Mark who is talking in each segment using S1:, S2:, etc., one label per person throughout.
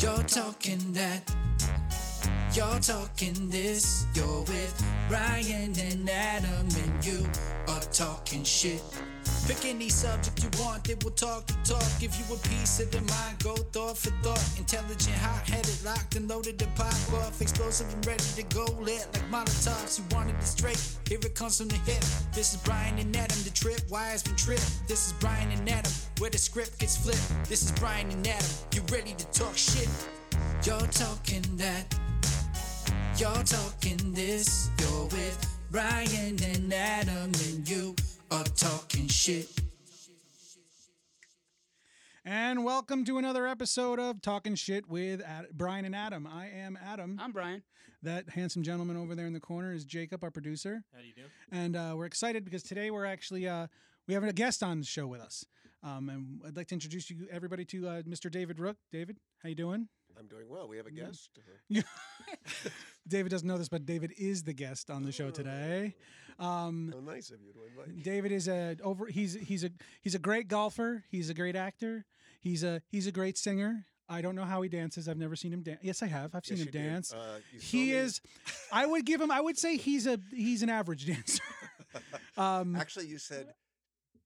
S1: You're talking that. You're talking this. You're with Ryan and Adam, and you are talking shit. Pick any subject you want, they will talk the talk. Give you a piece of their mind, go thought for thought. Intelligent, hot headed, locked and loaded to pop off. Explosive and ready to go, lit like Molotovs. You wanted it straight, here it comes from the hip. This is Brian and Adam, the trip, why has been tripped. This is Brian and Adam, where the script gets flipped. This is Brian and Adam, you ready to talk shit. You're talking that, you're talking this. You're with Brian and Adam, and you are talking shit.
S2: And welcome to another episode of Talking Shit with Ad- Brian and Adam. I am Adam.
S3: I'm Brian.
S2: That handsome gentleman over there in the corner is Jacob, our producer.
S4: How do you do?
S2: And uh, we're excited because today we're actually uh, we have a guest on the show with us. Um, and I'd like to introduce you everybody to uh, Mr. David Rook. David, how you doing?
S5: I'm doing well. We have a guest. Uh,
S2: David doesn't know this, but David is the guest on the show today. Um,
S5: How nice of you to invite.
S2: David is a over. He's he's a he's a great golfer. He's a great actor. He's a he's a great singer. I don't know how he dances. I've never seen him dance. Yes, I have. I've seen
S5: Yes,
S2: him
S5: you did.
S2: dance.
S5: Uh, you saw
S2: he
S5: me-
S2: is. I would give him. I would say he's a he's an average dancer. um,
S5: Actually, you said,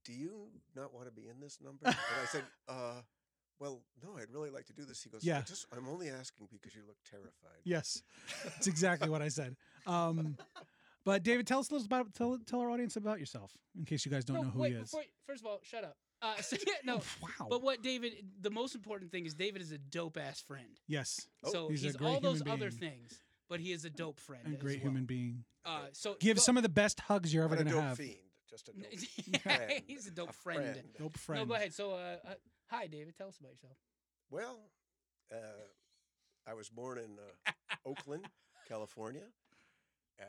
S5: "Do you not want to be in this number?" And I said, "Uh, well, no. I'd really like to do this." He goes, "I
S2: Yeah.
S5: just, I'm only asking because you look terrified."
S2: yes, that's exactly what I said. Um, but David, tell us a little about tell tell our audience about yourself in case you guys don't
S3: no,
S2: know who
S3: wait,
S2: he is. Oh,
S3: Before, you- first of all, shut up. Uh, so, yeah, no.
S2: Wow.
S3: But what David, the most important thing is David is a dope ass friend.
S2: yes,
S5: Oh,
S3: so
S2: he's
S3: he's,
S2: a great
S3: all those
S2: human
S3: other
S2: being.
S3: things, but he is a dope friend.
S2: and
S3: as
S2: great
S3: well.
S2: human being.
S3: Uh, so
S2: Give
S3: go-
S2: some of the best hugs you're ever
S5: What a
S2: going to
S5: dope
S2: have.
S5: fiend. Just a dope
S3: yeah,
S5: friend.
S3: he's a dope friend.
S2: Dope
S3: No,
S2: friend.
S3: go ahead. So, uh, uh, hi, David. Tell us about yourself.
S5: Well, uh, I was born in uh, Oakland, California, uh,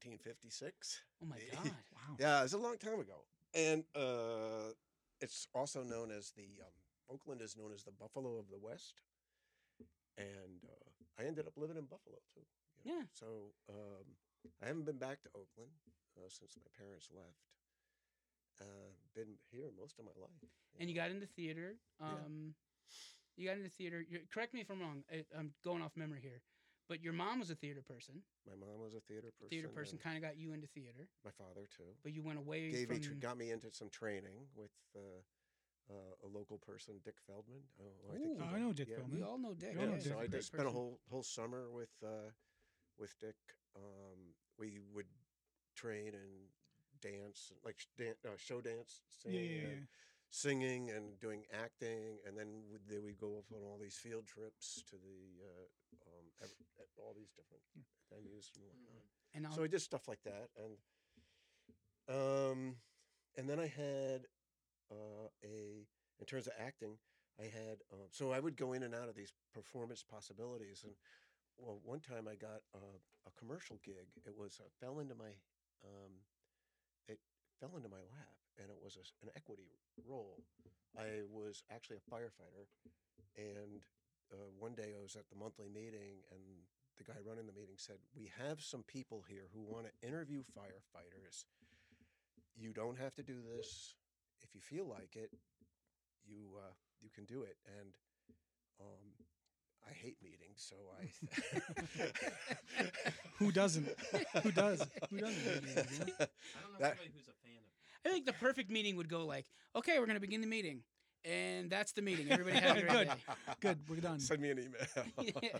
S5: 1956.
S3: Oh my god.
S2: Wow.
S5: Yeah, it was a long time ago, and uh, it's also known as the um, Oakland is known as the Buffalo of the West, and uh, I ended up living in Buffalo too. you know.
S3: Yeah.
S5: So um, I haven't been back to Oakland uh, since my parents left. Uh, been here most of my life.
S3: And you
S5: know.
S3: got into theater. Um, you got into theater. You're, correct me if I'm wrong. I, I'm going off memory here, but your mom was a theater person.
S5: my mom was a theater person.
S3: theater person
S5: and
S3: kind of got you into theater,
S5: My father too.
S3: but you went away
S5: Gave
S3: from.
S5: me tr got me into some training with uh, uh, a local person, Dick Feldman. Oh, I, think
S3: Ooh.
S5: you
S3: Oh,
S2: I know Dick Feldman.
S3: we all know Dick.
S2: Yeah,
S5: Yeah,
S2: no,
S3: he's
S5: so
S3: a
S5: I
S2: different
S3: great
S5: just spent a
S3: person.
S5: whole whole summer with uh, with Dick. Um, we would train and dance, and, like sh- dan- uh, show dance,
S2: Yeah,
S5: singing,
S2: yeah, yeah.
S5: And singing and doing acting, and then we, they would go off on all these field trips to the uh, um, ev- at all these different venues and whatnot.
S3: And I'll,
S5: So I did stuff like that, and um, and then I had uh, a in terms of acting, I had um, so I would go in and out of these performance possibilities, and well, one time I got uh, a commercial gig. It was uh, fell into my um, it fell into my lap, and it was a s an equity role. I was actually a firefighter, and uh, one day I was at the monthly meeting, and the guy running the meeting said, "We have some people here who want to interview firefighters. You don't have to do this. If you feel like it, you uh, you can do it." And um, I hate meetings, so I.
S2: Who doesn't? Who does? Who doesn't hate meetings, you
S4: I don't know
S5: That-
S4: anybody who's a fan of.
S3: I think the perfect meeting would go like, okay, we're gonna begin the meeting, and that's the meeting. Everybody have a great
S2: Good.
S3: day.
S2: Good, we're done.
S5: Send me an email.
S3: Yeah.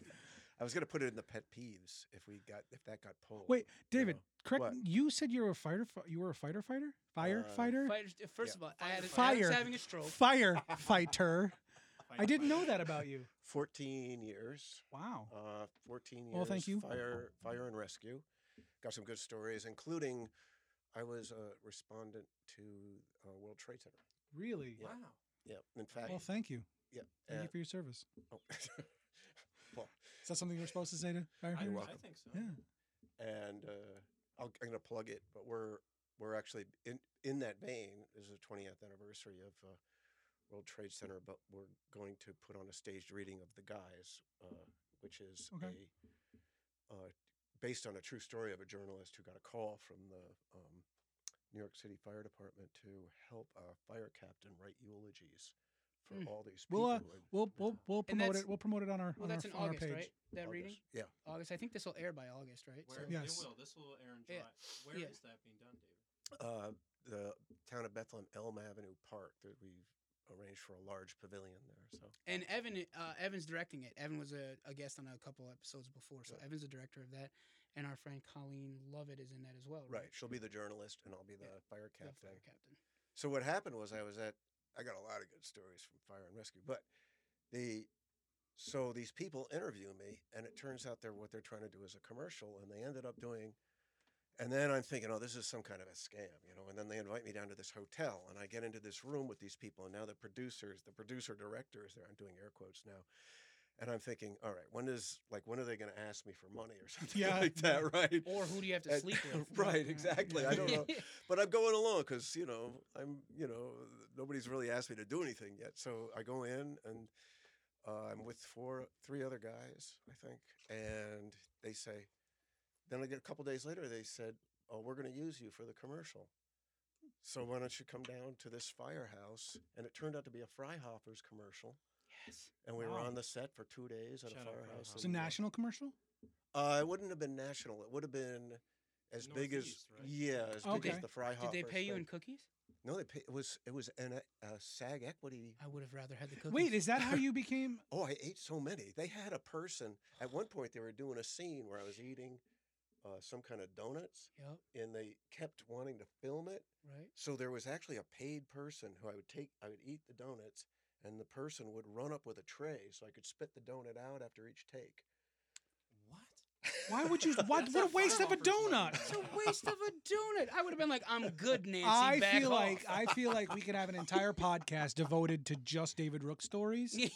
S5: I was gonna put it in the pet peeves if we got if that got pulled.
S2: Wait, David,
S5: know,
S2: correct.
S5: what? Uh,
S2: You said you were a fighter. You were a fighter fighter, firefighter,
S3: Fighters, uh, first of all, I had
S2: Fire.
S3: having a stroke.
S2: firefighter. I
S4: Firefighter.
S2: didn't know that about you.
S5: fourteen years.
S2: Wow.
S5: Uh, fourteen years.
S2: Well, thank you.
S5: Fire, fire and rescue. Got some good stories, including I was a respondent to uh, World Trade Center.
S2: Really?
S5: Yeah.
S4: Wow.
S5: Yeah. In fact.
S2: Well, thank you.
S5: yeah.
S2: Thank
S5: uh,
S2: you for your service.
S5: oh. well,
S2: Is that something you were supposed to say to
S4: I,
S2: firefighters?
S5: You're welcome.
S4: I think so.
S2: Yeah.
S5: and uh, I'll, I'm going to plug it, but we're we're actually in in that vein. This is the 20th anniversary of uh, World
S2: Mm.
S5: Trade Center, but we're going to put on a staged reading of The Guys, uh, which is
S2: Okay.
S5: a uh, based on a true story of a journalist who got a call from the um, New York City Fire Department to help our fire captain write eulogies for
S3: Mm.
S5: all these people.
S2: We'll, uh,
S5: and-
S2: We'll we'll we'll
S3: And
S2: promote
S3: that's-
S2: it. We'll promote it on our on
S3: Well, that's
S2: our,
S3: in
S2: on our
S3: August,
S2: page.
S3: right? That
S5: August.
S3: reading?
S5: Yeah.
S3: August. I think this will air by August, right? So-
S4: Where,
S2: Yes.
S4: It will. This will air in
S3: Yeah.
S4: July. Where is
S3: Yeah.
S4: that being done, David?
S5: Uh, the town of Bethlehem, Elm Avenue Park, that we've arranged for a large pavilion there. So
S3: and Evan uh, Evan's directing it. Evan was a, a guest on a couple episodes before, so
S5: Yeah.
S3: Evan's the director of that. And our friend Colleen Lovett is in that as well.
S5: right, she'll be the journalist, and I'll be the
S3: Yeah.
S5: fire
S3: The
S5: captain.
S3: fire captain.
S5: So what happened was I was at I got a lot of good stories from fire and rescue, but the so these people interview me and it turns out they're what they're trying to do is a commercial and they ended up doing and then I'm thinking, oh, this is some kind of a scam, you know. And then they invite me down to this hotel, and I get into this room with these people. And now the producers, the producer director is there. I'm doing air quotes now, and I'm thinking, all right, when is like when are they going to ask me for money or something
S2: Yeah.
S5: like that, right?
S3: Or who do you have to
S5: And-
S3: sleep with?
S5: right,
S3: Yeah.
S5: exactly. I don't know but I'm going along because you know I'm you know nobody's really asked me to do anything yet. So I go in and uh, I'm with four, three other guys, I think, and they say. Then I get a couple days later, they said, "Oh, we're going to use you for the commercial." So why don't you come down to this firehouse? And it turned out to be a Fryhoppers commercial,
S3: Yes.
S5: and we were
S4: Wow.
S5: on the set for two days at
S4: Shout
S5: a
S4: out
S5: firehouse.
S4: Fryhoppers.
S2: It's a
S5: in, uh,
S2: national commercial.
S5: Uh, it wouldn't have been national. It would have been as big as
S4: Northeast, right?
S5: yeah, as big
S2: Okay.
S5: as the Fryhoppers.
S3: Did they pay you
S5: thing.
S3: in cookies?
S5: No, they pay, it was it was an uh, SAG equity.
S3: I would have rather had the cookies.
S2: Wait, is that how you became?
S5: Oh, I ate so many. They had a person at one point. They were doing a scene where I was eating uh, some kind of donuts,
S3: Yep.
S5: and they kept wanting to film it.
S3: Right.
S5: So there was actually a paid person who I would take. I would eat the donuts, and the person would run up with a tray so I could spit the donut out after each take.
S4: What?
S2: Why would you? What,
S4: That's
S2: what
S4: a
S2: a waste of a
S4: Firehopper's money.
S2: donut!
S3: It's a waste of a donut. I would have been like, I'm good, Nancy.
S2: I
S3: back
S2: feel
S3: off.
S2: like I feel like we could have an entire podcast devoted to just David Rook stories.
S3: Yeah.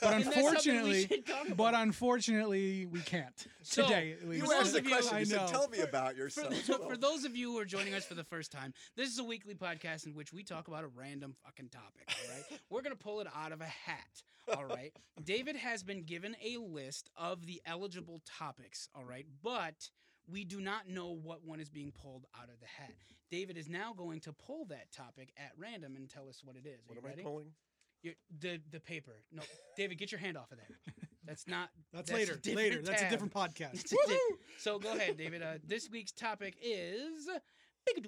S2: But
S3: And that's something we
S2: unfortunately-
S3: should talk
S2: But
S3: about.
S2: unfortunately, we can't
S3: So,
S2: today. At least.
S5: You asked the
S3: of you-
S5: question.
S2: I
S5: You said,
S2: know.
S5: "Tell me about yourself."
S3: For,
S5: Well,
S3: for those of you who are joining us for the first time, this is a weekly podcast in which we talk about a random fucking topic. All right, we're gonna pull it out of a hat. All right, David has been given a list of the eligible topics. All right, but we do not know what one is being pulled out of the hat. David is now going to pull that topic at random and tell us what it is. Are
S5: what
S3: you
S5: am
S3: ready?
S5: I pulling?
S3: Your- the the paper. No, David, get your hand off of that. That's not.
S2: That's,
S3: a
S2: later.
S3: different
S2: Later. That's a
S3: tab.
S2: different podcast.
S3: That's a di- so go ahead, David. Uh, this week's topic is ding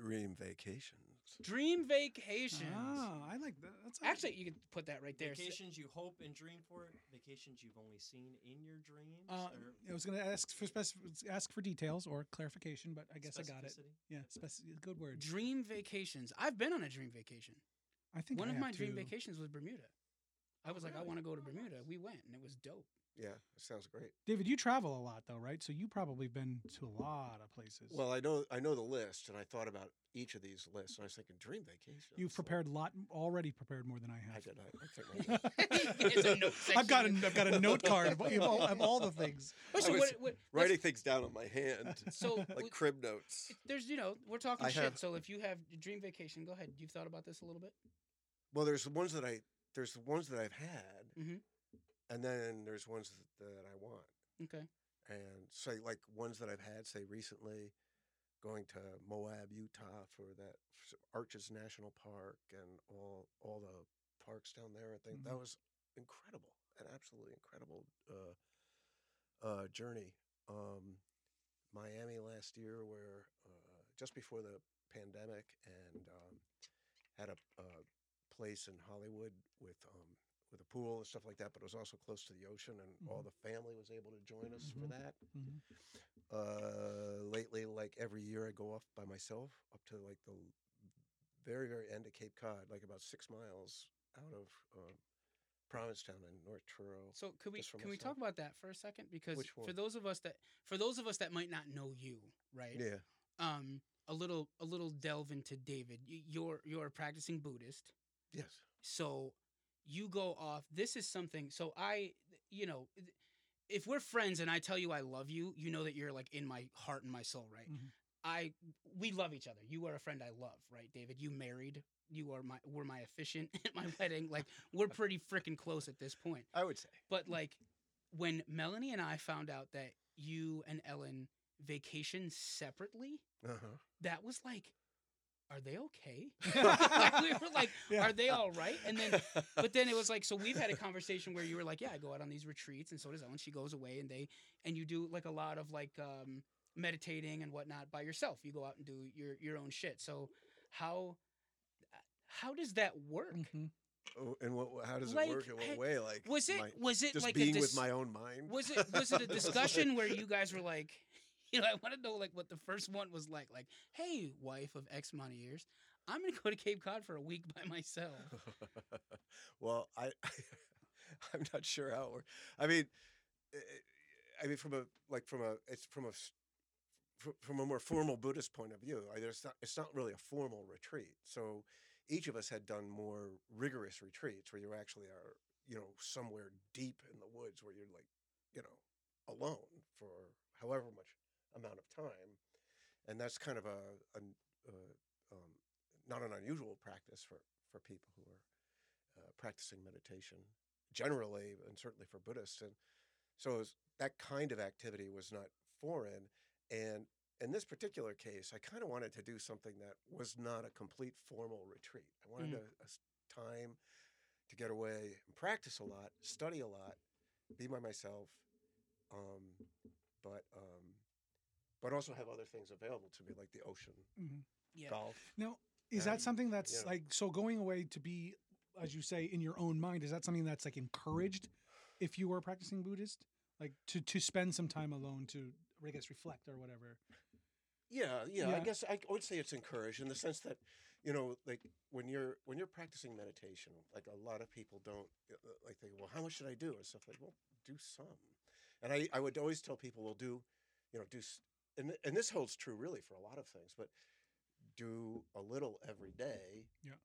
S5: Dream vacations.
S3: dream vacations.
S2: Ah, I like that. That's
S3: Actually, you could put that right there. S-
S4: Vacations you hope and dream for, vacations you've only seen in your dreams.
S2: Uh,
S4: or
S2: I was going to ask for specif- ask for details or clarification, but I guess I got it.
S4: specificity?
S2: Yeah, spec- good word.
S3: Dream vacations. I've been on a dream vacation.
S2: I think
S3: One
S2: I
S3: of
S2: have
S3: my dream
S2: to.
S3: vacations was Bermuda. I was like, I
S4: really?
S3: want to go to
S4: Oh,
S3: Bermuda.
S4: nice.
S3: We went, and it was dope.
S5: Yeah, that sounds great.
S2: David, you travel a lot though, right? So you probably been to a lot of places.
S5: Well, I know I know the list, and I thought about each of these lists, and I was thinking dream vacation.
S2: you've prepared a lot already prepared more than I
S5: I
S2: have.
S5: did. I, I took my list.
S3: It's a note
S2: I've got a,
S3: section.
S2: I've got a note card of, of all, of all the things.
S3: Oh, so
S5: was
S3: what, what,
S5: writing things down on my hand,
S3: So
S5: like
S3: w-
S5: crib notes.
S3: there's, you know, we're talking
S5: I
S3: shit.
S5: have-
S3: So if you have a dream vacation, go ahead. You've thought about this a little bit.
S5: Well, there's the ones that I there's the ones that I've had,
S2: Mm-hmm.
S3: Mhm.
S5: and then there's ones that I want,
S3: Okay.
S5: and so like ones that I've had, say recently, going to Moab, Utah for that s- Arches National Park and all all the parks down there. I think that was incredible, an absolutely incredible uh, uh, journey. Um, Miami last year, where uh, just before the pandemic, and um, had a, a place in Hollywood with um, with a pool and stuff like that, but it was also close to the ocean, and all
S2: Mhm.
S5: the family was able to join us for
S2: Mhm.
S5: that.
S2: Mhm.
S5: Uh, lately, like every year, I go off by myself up to like the very very end of Cape Cod, like about six miles out of um, Provincetown and North Truro.
S3: So could we
S5: just for
S3: can we talk
S5: myself.
S3: about that for a second? Because
S5: Which
S3: for
S5: one?
S3: those of us that for those of us that might not know you, right?
S5: Yeah,
S3: Um, a little a little delve into David. Y- You're you're a practicing Buddhist,
S5: yes,
S3: so you go off. This is something. So I, you know, if we're friends and I tell you I love you, you know that you're like in my heart and my soul, right?
S5: Mm-hmm.
S2: Mhm.
S3: I we love each other. You are a friend I love, right, David? You married. You are my were my efficient at my wedding. Like we're pretty freaking close at this point.
S5: I would say.
S3: But like when Melanie and I found out that you and Ellen vacation separately,
S5: Uh-huh.
S3: that was like, are they okay? Like, we were like,
S2: Yeah.
S3: are they all right? And then, but then it was like, so we've had a conversation where you were like, yeah, I go out on these retreats, and so does Ellen. She goes away, and they, and you do like a lot of like um, meditating and whatnot by yourself. You go out and do your your own shit. So, how, how does that work?
S2: Mhm.
S5: Oh, and what? How does
S3: Like,
S5: it work? In what
S3: I-
S5: way? Like
S3: Was it
S5: my-
S3: was it
S5: just
S3: like
S5: being
S3: a dis-
S5: with my own mind?
S3: was it was it a discussion where you guys were like, you know, I want to know like what the first one was like. Like, hey, wife of X amount of years, I'm gonna go to Cape Cod for a week by myself.
S5: well, I, I'm not sure how it works. I mean, eh, I mean from a like from a it's from a s- fr- from a more formal Buddhist point of view. I, there's not it's not really a formal retreat. So each of us had done more rigorous retreats where you actually are you know somewhere deep in the woods where you're like you know alone for however much amount of time, and that's kind of a, a n- uh, um, not an unusual practice for for people who are uh, practicing meditation generally, and certainly for Buddhists. And so it was- that kind of activity was not foreign. And in this particular case, I kind of wanted to do something that was not a complete formal retreat. I wanted
S3: Mhm.
S5: a, a s- time to get away and practice a lot, study a lot, be by myself, um, but um, but also have other things available to me, like the ocean,
S2: Mhm.
S3: Yeah.
S5: golf.
S2: Now, is
S5: Yeah.
S2: that something that's
S5: Yeah.
S2: like so going away to be, as you say, in your own mind? Is that something that's like encouraged if you were a practicing Buddhist, like to to spend some time alone to I guess reflect or whatever?
S5: Yeah, yeah, I
S2: Yeah.
S5: guess I would say it's encouraged in the sense that, you know, like when you're when you're practicing meditation, like a lot of people don't uh, uh, like they well, how much should I do and stuff like well, do some, and I I would always tell people well do, you know, do s- and th- and this holds true really for a lot of things, but do a little every day,
S2: Yeah.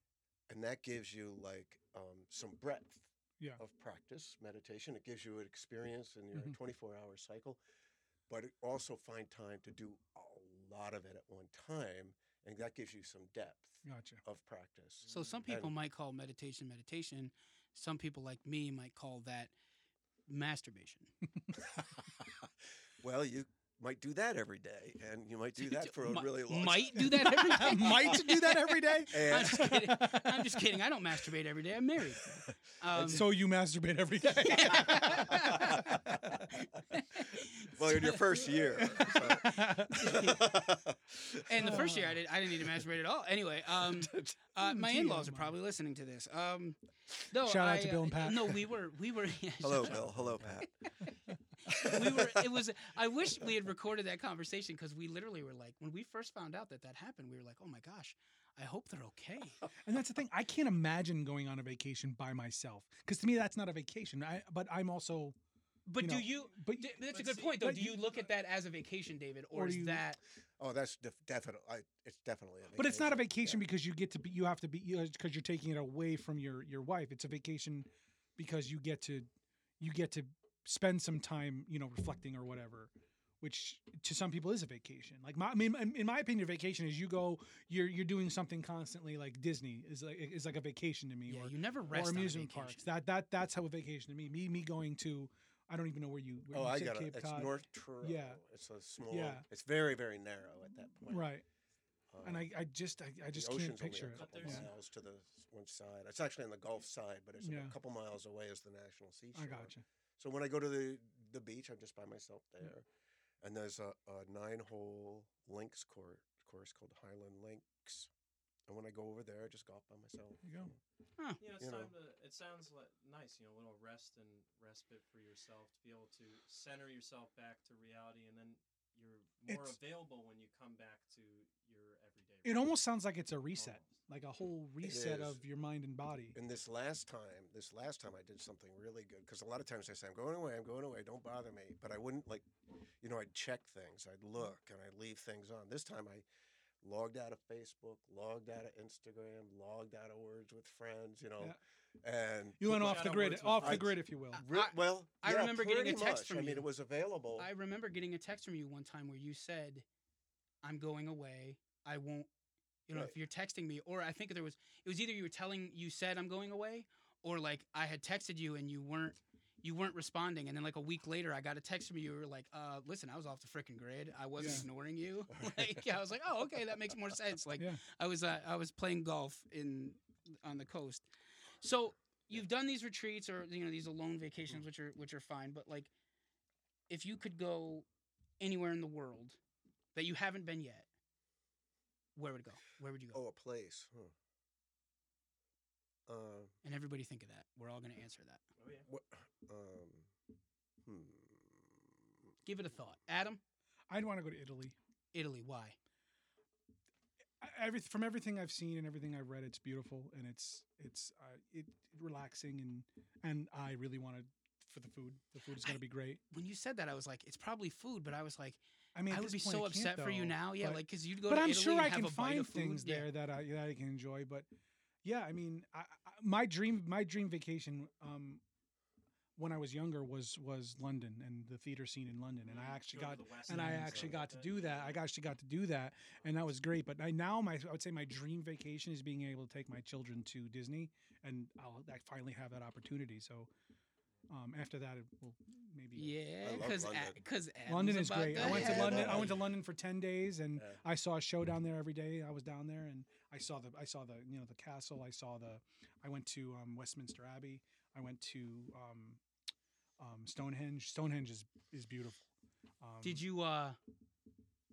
S5: and that gives you like um, some breadth,
S2: Yeah.
S5: of practice meditation. It gives you an experience in your
S3: Mm-hmm.
S2: Mhm.
S5: 24 hour cycle but it also find time to do a lot of it at one time, and that gives you some depth
S2: Gotcha.
S5: of practice.
S3: So some people
S5: And-
S3: might call meditation meditation. Some people like me might call that masturbation.
S5: well, you might do that every day, and you might do
S3: Dude,
S5: that for a
S3: mi-
S5: really long
S3: might do that every day.
S2: Might do that every day.
S3: I'm
S5: And,
S3: just kidding. I'm just kidding. I don't masturbate every day. I'm married. Um,
S2: so you masturbate every day.
S5: well, in your first year. so-
S3: and the first year I did I didn't need to masturbate at all. Anyway, um, uh,
S2: Mm,
S3: my
S2: dear
S3: in-laws are
S2: my.
S3: probably listening to this. Um, no,
S2: Shout out
S3: I,
S2: to Bill and
S3: uh,
S2: Pat.
S3: No, we were we were. yeah,
S5: Hello,
S3: shout out.
S5: Bill. Hello, Pat.
S3: we were it was i wish we had recorded that conversation because we literally were like when we first found out that that happened we were like oh my gosh i hope they're okay
S2: And that's the thing. I can't imagine going on a vacation by myself because to me that's not a vacation. I but I'm also
S3: but
S2: You
S3: do
S2: know,
S3: you
S2: but
S3: d- that's a
S4: but
S3: good
S4: see-
S3: point though
S2: but
S3: do
S2: you-
S3: you look at that as a vacation david or,
S2: Or
S3: is
S2: do you-
S3: that
S5: Oh, that's def- definitely. It's definitely. A
S2: but it's not a vacation because you get to be you have to be because you're taking it away from your your wife. It's a vacation because you get to you get to spend some time you know reflecting or whatever. Which to some people is a vacation. Like my, I mean, in- in my opinion, vacation is you go, you're you're doing something constantly. Like Disney is like is like a vacation to me.
S3: yeah
S2: or
S3: you never
S2: or
S3: rest
S2: amusement
S3: on a
S2: parks.
S3: vacation.
S2: That that that's how a vacation to me. Me me going to I don't even know where you. Where
S5: Oh,
S2: you
S5: I
S2: said
S5: got it.
S2: Cape
S5: It's
S2: Cod.
S5: North Truro.
S2: Yeah.
S5: It's a small.
S2: Yeah.
S5: It's very, very narrow at that point.
S2: right? And
S5: Um,
S2: I I just I, I
S5: The
S2: just can't
S5: ocean's only
S2: picture it.
S5: a couple
S4: But there's-
S5: miles to the s- one side. It's actually on the Gulf side, but it's
S2: Yeah.
S5: a couple miles away is the National Seashore.
S2: I gotcha.
S5: So when I go to the the beach, I'm just by myself there. And there's a, a nine hole links court course called Highland Links. And when I go over there, I just golf by myself.
S2: There you go.
S4: You know, it's
S5: You know.
S4: time to. It sounds like nice, you know, a little rest and respite for yourself to be able to center yourself back to reality, and then you're more
S2: It's-
S4: available when you come back to your everyday.
S2: It
S4: routine.
S2: almost sounds like it's
S3: Oh.
S2: a reset,
S4: Almost.
S2: like a whole reset
S5: is.
S2: of your mind and body.
S5: And this last time, this last time I did something really good because a lot of times I say I'm going away, I'm going away, don't bother me. But I wouldn't like, you know, I'd check things, I'd look, and I'd leave things on. This time I logged out of Facebook, logged out of Instagram, logged out of Words with Friends, you know, and
S2: You went
S4: Push
S2: off
S4: out
S2: the
S4: of
S2: grid,
S4: words with
S2: off the
S5: friends.
S2: grid, if you will.
S5: re-
S3: I-
S5: well,
S3: I
S5: yeah,
S3: remember getting a
S5: pretty
S3: text
S5: much.
S3: from
S5: I mean,
S3: you.
S5: it was available.
S3: i remember getting a text from you one time where you said i'm going away i won't you know
S5: Right.
S3: if you're texting me or i think there was it was either you were telling you said i'm going away or like i had texted you and you weren't you weren't responding, and then like a week later, I got a text from you. You were like, uh, "Listen, I was off the freaking grid. I wasn't
S2: Yeah.
S3: ignoring you." like I was like, "Oh, okay, that makes more sense." Like
S2: Yeah.
S3: I was uh, I was playing golf in on the coast. So you've done these retreats or you know these alone
S2: Mm-hmm.
S3: vacations, which are which are fine. But like, if you could go anywhere in the world that you haven't been yet, where would it go? Where would you go?
S5: Oh, a place. Huh. Uh,
S3: And everybody think of that. We're all going to answer that.
S4: Oh yeah.
S5: what? Um, hmm.
S3: Give it a thought. Adam,
S2: I'd want to go to Italy.
S3: Italy. Why?
S2: I- Every, from everything I've seen and everything I've read, it's beautiful and it's it's uh, it relaxing and and I really want to for the food. The food is going
S3: I-
S2: to be great.
S3: When you said that, I was like, it's probably food, but I was like,
S2: I mean, at
S3: I would
S2: this
S3: be
S2: point,
S3: so
S2: I can't,
S3: upset for you
S2: though,
S3: now. Yeah,
S2: but-
S3: like because you'd go.
S2: but
S3: to
S2: I'm
S3: Italy
S2: sure
S3: and
S2: I
S3: have
S2: can
S3: a bite
S2: find
S3: of food.
S2: things
S3: Yeah.
S2: there that I that I can enjoy. But yeah, I mean, I, I, my dream my dream vacation um, when I was younger was was London and the theater scene in London, and
S3: Mm,
S2: I actually
S4: Go
S2: got
S4: to the West
S2: and
S4: End
S2: I
S4: stuff
S2: actually
S4: like
S2: got to do that. I actually got to do that, and that was great. But I, now my I would say my dream vacation is being able to take my children to Disney, and I'll I finally have that opportunity. So um, after that, it will maybe.
S3: Yeah,
S5: love
S3: because
S5: London.
S3: because
S2: London is great. I went to
S5: have
S2: London. I
S5: one.
S2: went to London for ten days, and
S5: Yeah.
S2: I saw a show down there every day. I was down there, and I saw the I saw the you know the castle. I saw the I went to um, Westminster Abbey. I went to um, um, Stonehenge. Stonehenge is is beautiful. Um,
S3: Did you uh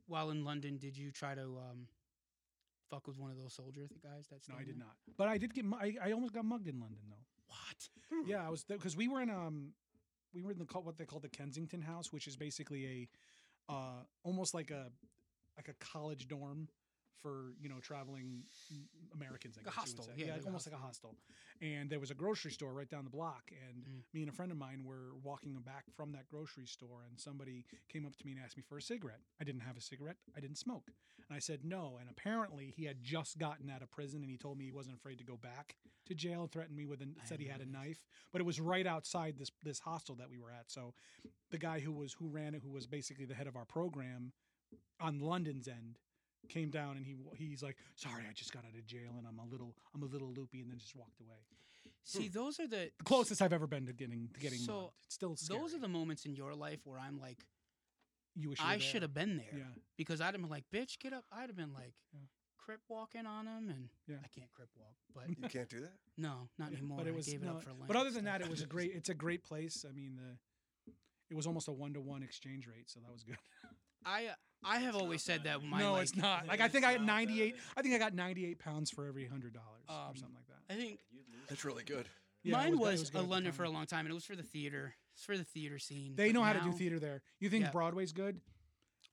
S3: while in London did you try to um fuck with one of those soldier th- guys that's
S2: No, I
S3: down
S2: did
S3: there?
S2: not. But I did get. mu- I, I almost got mugged in London though.
S3: What?
S2: Yeah, I was because we were in um, we were in the call, what they call the Kensington House, which is basically a, uh, almost like a like a college dorm for you know traveling m- Americans. I
S3: Like a
S2: guess you would
S3: hostel,
S2: say.
S3: yeah, like a
S2: almost like a hostel. And there was a grocery store right down the block, and
S3: Mm.
S2: me and a friend of mine were walking back from that grocery store, and somebody came up to me and asked me for a cigarette. I didn't have a cigarette. I didn't smoke. And I said no. And apparently, he had just gotten out of prison, and he told me he wasn't afraid to go back to jail. Threatened me with, an,
S3: I
S2: said he had
S3: remember
S2: a
S3: this.
S2: knife, but it was right outside this this hostel that we were at. So, the guy who was who ran it, who was basically the head of our program on London's end, came down and he wa- he's like, "Sorry, I just got out of jail, and I'm a little I'm a little loopy," and then just walked away.
S3: See, those are the
S2: The closest I've ever been to getting to getting
S3: So,
S2: mugged. It's still scary.
S3: those are the moments in your life where I'm like
S2: you wish you were
S3: I
S2: there.
S3: should have been there
S2: Yeah,
S3: because I'd have been like bitch get up. I'd have been like
S2: Yeah.
S3: crip walking on him and
S2: Yeah.
S3: I can't crip walk, but
S5: You can't do that.
S3: no, not
S2: yeah,
S3: anymore.
S2: But it was
S3: I gave it
S2: no,
S3: up for Lent
S2: But other
S3: and
S2: than that,
S3: stuff.
S2: it was a great. It's a great place. I mean, the it was almost a one to one exchange rate, so that was good.
S3: I uh, I have
S4: It's
S3: always
S4: not
S3: said
S4: bad.
S3: that my
S2: no,
S3: like,
S2: it's not. Like I
S4: it's
S2: think I had
S4: not that
S2: ninety eight.
S4: big.
S2: I think I got ninety eight pounds for every hundred dollars
S3: Um,
S2: or something like that.
S3: I think
S4: You'd lose
S5: That's
S4: it.
S5: really good.
S2: Yeah, it
S3: mine
S2: was- it
S3: was,
S2: was good
S3: a
S2: at the
S3: London for a
S2: time.
S3: long time and it was for the theater. It's for the theater scene.
S2: They
S3: but
S2: know how to do
S3: now-
S2: theater there. You think
S3: Yeah.
S2: Broadway's good?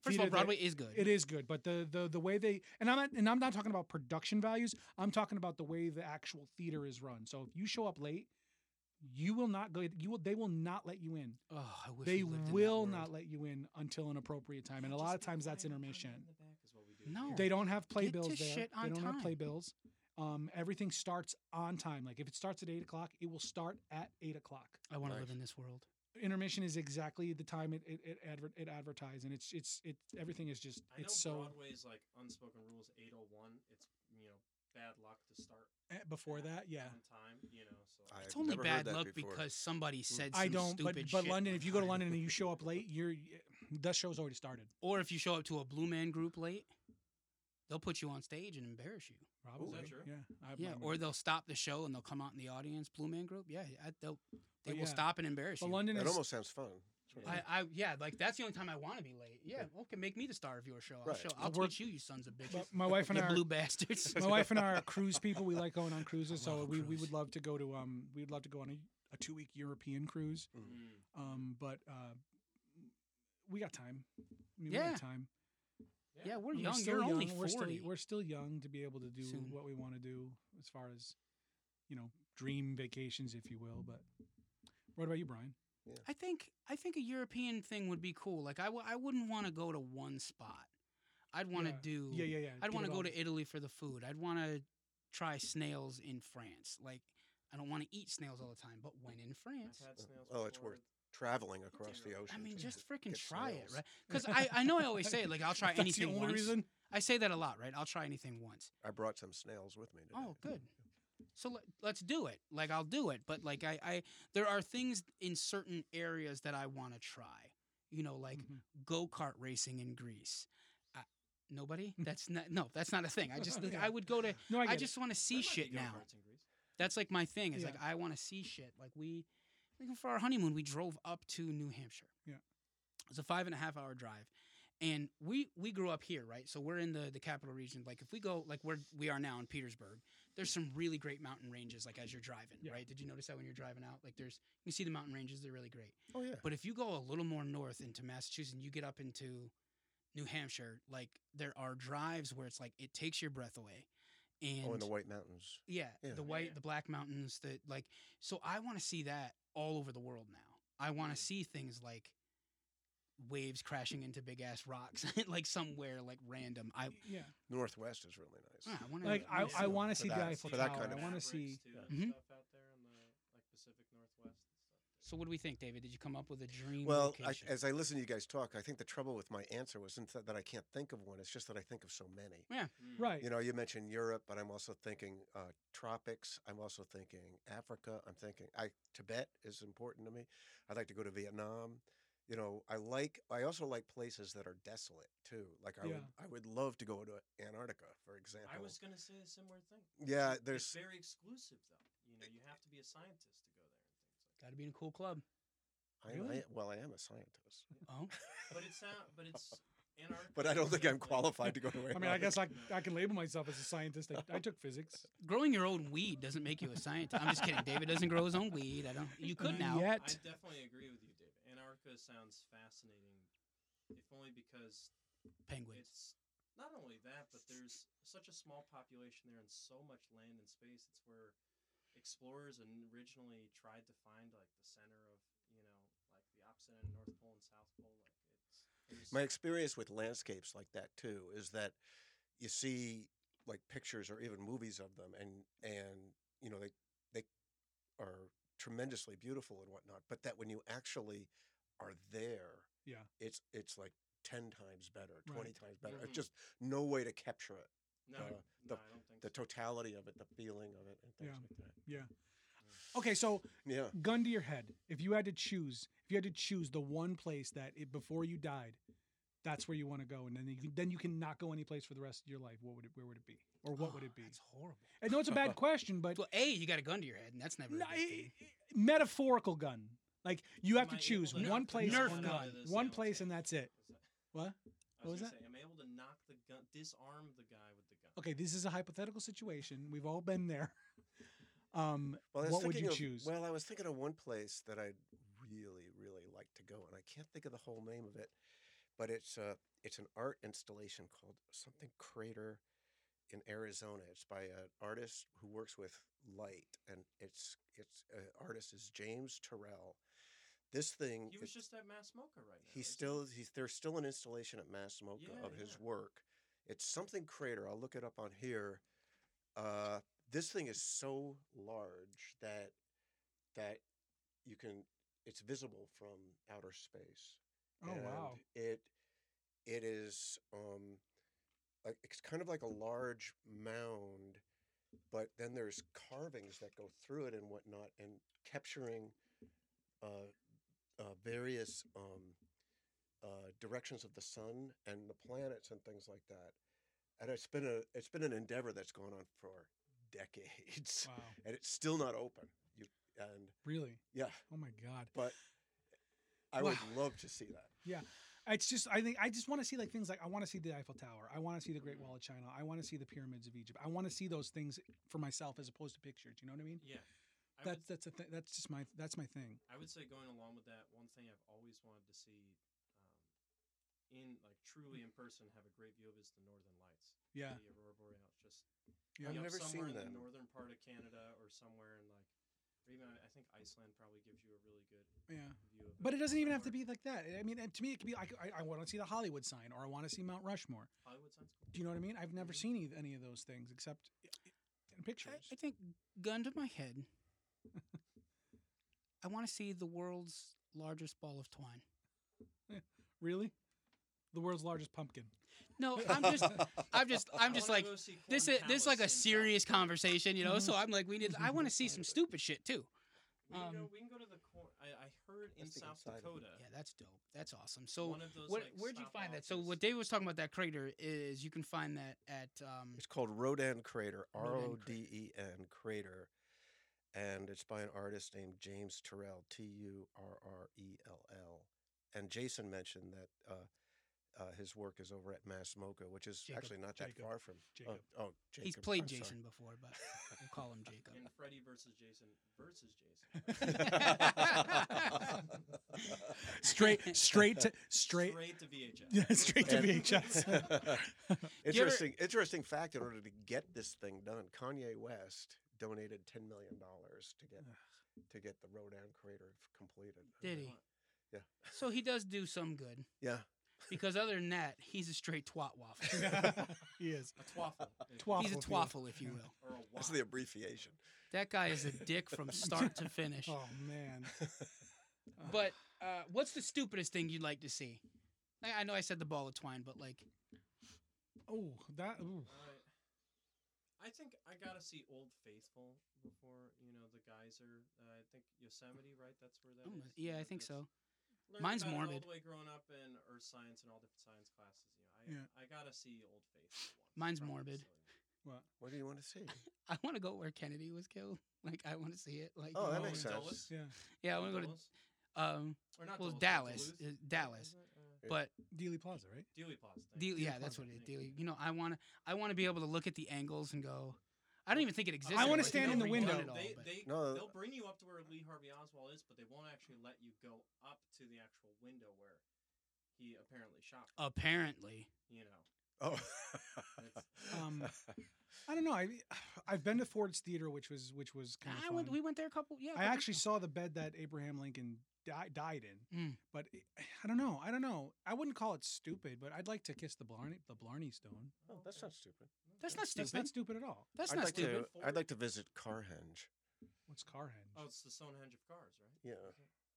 S3: First of all,
S2: theater there-
S3: Broadway is good.
S2: It is good, but the the the way they and I'm not and I'm not talking about production values. I'm talking about the way the actual theater is run. So if you show up late, you will not go. You will. They will not let you in.
S3: Oh, I wish
S2: They
S3: we lived in that
S2: will
S3: world.
S2: not let you in until an appropriate time, and a
S4: Just
S2: lot of
S4: get
S2: times that's
S4: lined up, lined up
S2: intermission.
S4: in the back is what we do
S3: No.
S4: here.
S2: They don't have playbills
S3: to
S2: there.
S3: shit on
S2: they don't
S3: time.
S2: have playbills. Um, everything starts on time. Like if it starts at eight o'clock, it will start at eight o'clock.
S3: I want to live
S5: Nice.
S3: in this world.
S2: Intermission is exactly the time it it, it, adver- it advertised, and it's it's it everything is just
S4: I know
S2: it's so
S4: Broadway's like unspoken rules 801. It's you know bad luck to start
S2: eh, before that, yeah.
S4: on time. You know, so
S5: I-
S3: It's
S5: I've
S3: only
S5: never
S3: bad
S5: heard that
S3: luck
S5: before. Hmm.
S3: because somebody said some
S2: I don't, but
S3: stupid
S2: but
S3: shit
S2: London,
S3: one
S2: if you go to
S3: time.
S2: London and you show up late, you're the show's already started.
S3: or if you show up to a Blue Man Group late, they'll put you on stage and embarrass you.
S2: Probably,
S4: true?
S2: yeah, I,
S3: yeah,
S2: I'm-
S3: or they'll stop the show and they'll come out in the audience. Blue Man Group, yeah, I, they'll
S2: But
S3: they will
S2: yeah.
S3: stop and embarrass
S2: but
S3: you.
S2: London
S5: That
S2: is
S5: almost sounds fun. That's what
S3: I, I yeah, like that's the only time I want to be late. Yeah, okay, make me the star of your show. I'll
S5: Right.
S3: show. I'll
S2: But we're-
S3: teach you, you sons of bitches,
S2: but my wife and
S3: you
S2: I. Are,
S3: blue bastards.
S2: my wife and I are cruise people. We like going on cruises,
S3: I
S2: so
S3: love a
S2: we, we
S3: cruise.
S2: would love to go to um we would love to go on a, a two week European cruise.
S4: Mm.
S2: Um, but uh, we got time. I mean, we
S3: Yeah.
S2: got time.
S3: yeah, we're
S2: And
S3: young.
S2: still
S3: You're only
S2: We're still,
S3: 40.
S2: we're still young to be able to do
S3: Soon.
S2: what we want to do as far as you know dream vacations, if you will. But what about you, Brian?
S3: I think I think a European thing would be cool. Like I, w- I wouldn't want to go to one spot. I'd want to
S2: Yeah.
S3: do.
S2: Yeah, yeah, yeah.
S3: I'd
S2: get
S3: want
S2: it
S3: to go
S2: all.
S3: to Italy for the food. I'd want to try snails in France. Like I don't want to eat snails all the time, but when in France,
S4: I've had snails
S5: Oh, it's
S4: before.
S5: worth traveling across the
S4: I
S5: ocean.
S3: I mean,
S5: to
S3: just freaking
S5: get
S3: try it,
S5: snails.
S3: right? Because I, I know I always say it, like I'll try
S2: That's
S3: anything
S2: the only
S3: once.
S2: reason.
S3: I say that a lot, right? I'll try anything once.
S5: uh, I brought some snails with me. Today.
S3: Oh, good. so let, let's do it like i'll do it but like i i there are things in certain areas that i want to try you know like
S2: Mhm.
S3: go-kart racing in greece I, nobody that's not no that's not a thing i just think i would go to
S2: No, Mm-hmm. I,
S3: i,
S2: get it.
S3: just want to see
S4: There might be
S3: shit now
S4: go-karts in Greece.
S3: that's like my thing is
S2: Yeah.
S3: like i want to see shit like we like for our honeymoon we drove up to new hampshire
S2: Yeah.
S3: it was a five and a half hour drive and we we grew up here right so we're in the the capital region like if we go like where we are now in petersburg there's some really great mountain ranges like as you're driving
S2: Yeah.
S3: right did you notice that when you're driving out like there's you can see the mountain ranges they're really great
S5: Oh yeah.
S3: but if you go a little more north into Massachusetts and you get up into New Hampshire, like there are drives where it's like it takes your breath away. And
S5: oh, in the White Mountains.
S3: yeah,
S5: Yeah.
S3: the white, the black mountains, the like so I want to see that all over the world now. I want to see things like waves crashing into big ass rocks like somewhere like random. I
S2: yeah.
S5: Northwest is really nice.
S3: I want
S2: Like I, I
S5: so
S2: want to
S5: for
S2: see
S5: that-
S2: the Eiffel
S5: for that
S2: Tower.
S5: kind of-
S2: I want to see.
S4: Mavericks,
S2: Mm-hmm.
S4: too, and
S3: Mhm.
S4: stuff out there in the like Pacific Northwest. And stuff.
S3: So what do we think, David? Did you come up with a dream
S5: Well, I,
S3: location?
S5: as I listen to you guys talk, I think the trouble with my answer wasn't that, that I can't think of one. It's just that I think of so many.
S4: Mm.
S2: Right.
S5: You know, you mentioned Europe, but I'm also thinking uh, tropics. I'm also thinking Africa. I'm thinking I Tibet is important to me. I'd like to go to Vietnam. You know, I like. I also like places that are desolate too. Like I would,
S2: Yeah.
S5: I would love to go to Antarctica, for example.
S4: I was going to say a similar thing.
S5: yeah,
S4: It's-
S5: there's
S4: it's very exclusive though. You know, you have to be a scientist to go there and things like that.
S3: Got to be in a cool club.
S5: I,
S2: Really?
S5: I, well, I am a scientist,
S3: Oh,
S4: But it's not. But it's Antarctica.
S5: but I don't think
S4: is
S5: I'm
S4: like-
S5: qualified to go to.
S2: I mean, I guess I,
S4: No.
S2: I can label myself as a scientist. I, I took physics.
S3: growing your own weed doesn't make you a scientist. I'm just kidding. David doesn't grow his own weed. I don't. You could
S2: Not
S3: now.
S4: I
S2: Yet.
S4: definitely agree with you, Dave. Antarctica sounds fascinating, if only because
S3: Penguins.
S4: it's not only that, but there's such a small population there and so much land and space. It's where explorers and originally tried to find like the center of you know like the opposite end, of North Pole and South Pole. Like it's
S5: My experience with landscapes like that too is that you see like pictures or even movies of them, and and you know they they are tremendously beautiful and whatnot, but that when you actually are there,
S2: Yeah.
S5: it's it's like ten times better,
S2: Right.
S5: twenty
S2: Mm-hmm.
S5: times better.
S4: Mhm.
S5: It's just no way to capture it,
S4: no,
S5: uh,
S4: no, I don't think
S5: the
S4: so.
S5: totality of it, the feeling of it, and things
S2: Yeah.
S5: like that.
S2: Okay, so
S5: Yeah,
S2: gun to your head. If you had to choose, if you had to choose the one place that it, before you died, that's where you want to go, and then you can, then you can not go any place for the rest of your life. What would it? Where would it be? Or what would
S3: Oh,
S2: it be?
S3: That's horrible.
S2: I know it's a bad question, but
S3: Well, a you got a gun to your head, and that's never.
S2: No,
S3: a good
S2: i-
S3: thing.
S2: i- metaphorical gun. Like you have
S4: Am
S2: to
S4: I able
S2: choose
S4: to
S2: one
S4: knock the
S2: place,
S3: Nerf
S2: one,
S4: gun out of
S2: gun,
S4: this
S2: one
S4: animal's
S2: place, and
S4: hand?
S2: that's it.
S4: Is that-
S2: What?
S4: I was,
S2: What was
S4: gonna Say, am I able to knock the gun, disarm the guy with the gun?
S2: Okay, this is a hypothetical situation. We've all been there. Um,
S5: Well, I was
S2: what would
S5: thinking
S2: you
S5: of-
S2: choose?
S5: Well, I was thinking of one place that I'd really, really like to go, and I can't think of the whole name of it, but it's uh, it's an art installation called something Crater in Arizona. It's by an artist who works with light, and it's it's uh, artist is James Terrell. This thing,
S4: He was
S5: it-
S4: just at Mass Mocha right now.
S5: he's
S4: isn't
S5: still he's there's still an installation at Mass Mocha
S4: Yeah,
S5: of his
S4: yeah.
S5: work. It's something Crater. I'll look it up on here. Uh, this thing is so large that that you can it's visible from outer space.
S2: oh wow!
S5: It it is um like it's kind of like a large mound, but then there's carvings that go through it and whatnot, and capturing uh, uh, various um, uh, directions of the sun and the planets and things like that. And it's been a it's been an endeavor that's gone on for decades,
S2: Wow,
S5: and it's still not open. You and
S2: really?
S5: yeah,
S2: Oh my god!
S5: but I
S2: Wow.
S5: would love to see that.
S2: It's just I think I just want to see like things like I want to see the Eiffel Tower. I want to see the Great Wall of China. I want to see the pyramids of Egypt. I want to see those things for myself as opposed to pictures. You know what I mean?
S4: It? Yeah. I
S2: That's
S4: would,
S2: that's a th- that's just my that's my thing.
S4: I would say going along with that, one thing I've always wanted to see um, in like truly in person have a great view of is the northern lights.
S2: Yeah,
S4: The aurora borealis just
S2: Yeah.
S4: you
S5: I've
S4: know,
S5: never seen
S4: somewhere in
S5: them.
S4: the northern part of Canada or somewhere in like or even I I think Iceland probably gives you a really good
S2: yeah.
S4: view of
S2: But it doesn't even have to be like that. I mean, and to me, it could be like I, I want to see the Hollywood sign, or I want to see Mount Rushmore.
S4: Hollywood sounds cool.
S2: Do you know what I mean? I've never
S4: Mhm.
S2: seen any, any of those things except i- i- in pictures.
S3: I, I think gun to my head. I want to see the world's largest ball of twine.
S2: really, the world's largest pumpkin.
S3: No, I'm just, I'm just, I'm just like, this is this is like a serious
S4: conversation.
S3: conversation, you know. So I'm like, we need. I want to see some stupid shit too.
S4: We can, go,
S3: Um,
S4: we can go to the corn. I, I heard in
S5: Let's think
S4: South
S5: inside of it.
S4: Dakota.
S3: Yeah, that's dope. That's awesome. So,
S4: one of those,
S3: what,
S4: like,
S3: where'd you
S4: stop
S3: find that? So,
S4: losses.
S3: what David was talking about that crater is you can find that at um,
S5: It's called Rodan Crater, R
S3: Rodan
S5: O D E N Crater, and it's by an artist named James Terrell, T U R R E L L. And Jason mentioned that uh, uh, his work is over at Mass Mocha, which is
S2: Jacob,
S5: actually not that
S2: Jacob,
S5: far from.
S2: Jacob.
S5: Oh, oh, Jacob.
S3: he's played
S5: I'm sorry.
S3: Jason before, but we'll call him Jacob.
S4: In Freddy versus Jason versus Jason.
S2: straight, straight, to, straight,
S4: Straight to VHS.
S2: yeah, straight to
S5: And-
S2: VHS.
S5: interesting, interesting fact. In order to get this thing done, Kanye West donated ten million dollars to get to get the Rodan Crater completed.
S3: Did he?
S5: Yeah.
S3: So he does do some good
S5: Yeah.
S3: because other than that, he's a straight twat waffle.
S2: he is.
S4: A twaffle. if you will,
S2: Twaffle.
S3: he's a
S2: if you will.
S3: twaffle, if you will.
S4: Or a
S5: That's
S4: waffle.
S5: the abbreviation.
S3: That guy is a dick from start to finish.
S2: Oh man.
S3: But uh, what's the stupidest thing you'd like to see? I, I know I said the ball of twine, but like, Uh,
S2: Oh, that. Ooh.
S4: Alright. I think I gotta see Old Faithful before you know the geyser. Uh, I think Yosemite, right? That's where that
S3: I'm
S4: is.
S3: gonna- yeah, I
S4: That-
S3: think
S4: that's-
S3: so.
S4: learned
S3: Mine's
S4: about it
S3: morbid.
S4: All the way growing up in earth science and all different science classes. You
S2: Yeah.
S4: know, I, I gotta see Old Faithful. Once,
S3: Mine's morbid.
S4: probably, so, yeah.
S5: What do you want to see?
S3: I want to go where Kennedy was killed. Like, I want to see it. Like, you
S5: Oh, that
S3: know,
S5: makes
S3: like-
S5: sense.
S4: Dulles?
S2: Yeah.
S3: Yeah, I want to go
S4: Dulles?
S3: to um,
S4: Or not
S3: well,
S4: Dulles, but
S3: Dallas,
S4: Duluth,
S3: uh, Dallas.
S4: is it? Uh,
S5: Yeah.
S3: but
S2: Dealey Plaza, right?
S4: Dealey Plaza. thank
S3: Dealey,
S4: you.
S3: yeah, that's what it is.
S4: Thank you.
S3: Dealey, you know, I want to, I want to be able to look at the angles and go. I don't even think it exists.
S2: wanna
S3: anymore.
S2: stand
S3: They've
S2: in the
S3: redone
S2: window.
S3: it all,
S4: They,
S3: but-
S4: they,
S5: No. uh,
S4: they'll bring you up to where Lee Harvey Oswald is, but they won't actually let you go up to the actual window where he apparently shot.
S3: Oh.
S4: From,
S3: apparently,
S4: you know,
S5: Oh.
S2: Um, I don't know. I I've been to Ford's Theater, which was which was kind of.
S3: I went. We went there a couple. Yeah, a
S2: I
S3: couple
S2: actually
S3: years
S2: saw the bed that Abraham Lincoln di- died in,
S3: Mm.
S2: but it, I don't know. I don't know. I wouldn't call it stupid, but I'd like to kiss the Blarney the Blarney Stone.
S5: oh, that's not stupid.
S3: ago. that's not
S2: That's not
S3: stupid.
S2: stupid at all.
S3: That's
S5: I'd
S3: not
S5: like
S3: stupid.
S5: To, I'd like to visit Carhenge.
S2: What's Carhenge?
S4: Oh, it's the Stonehenge of cars, right?
S5: Yeah.
S4: Is it?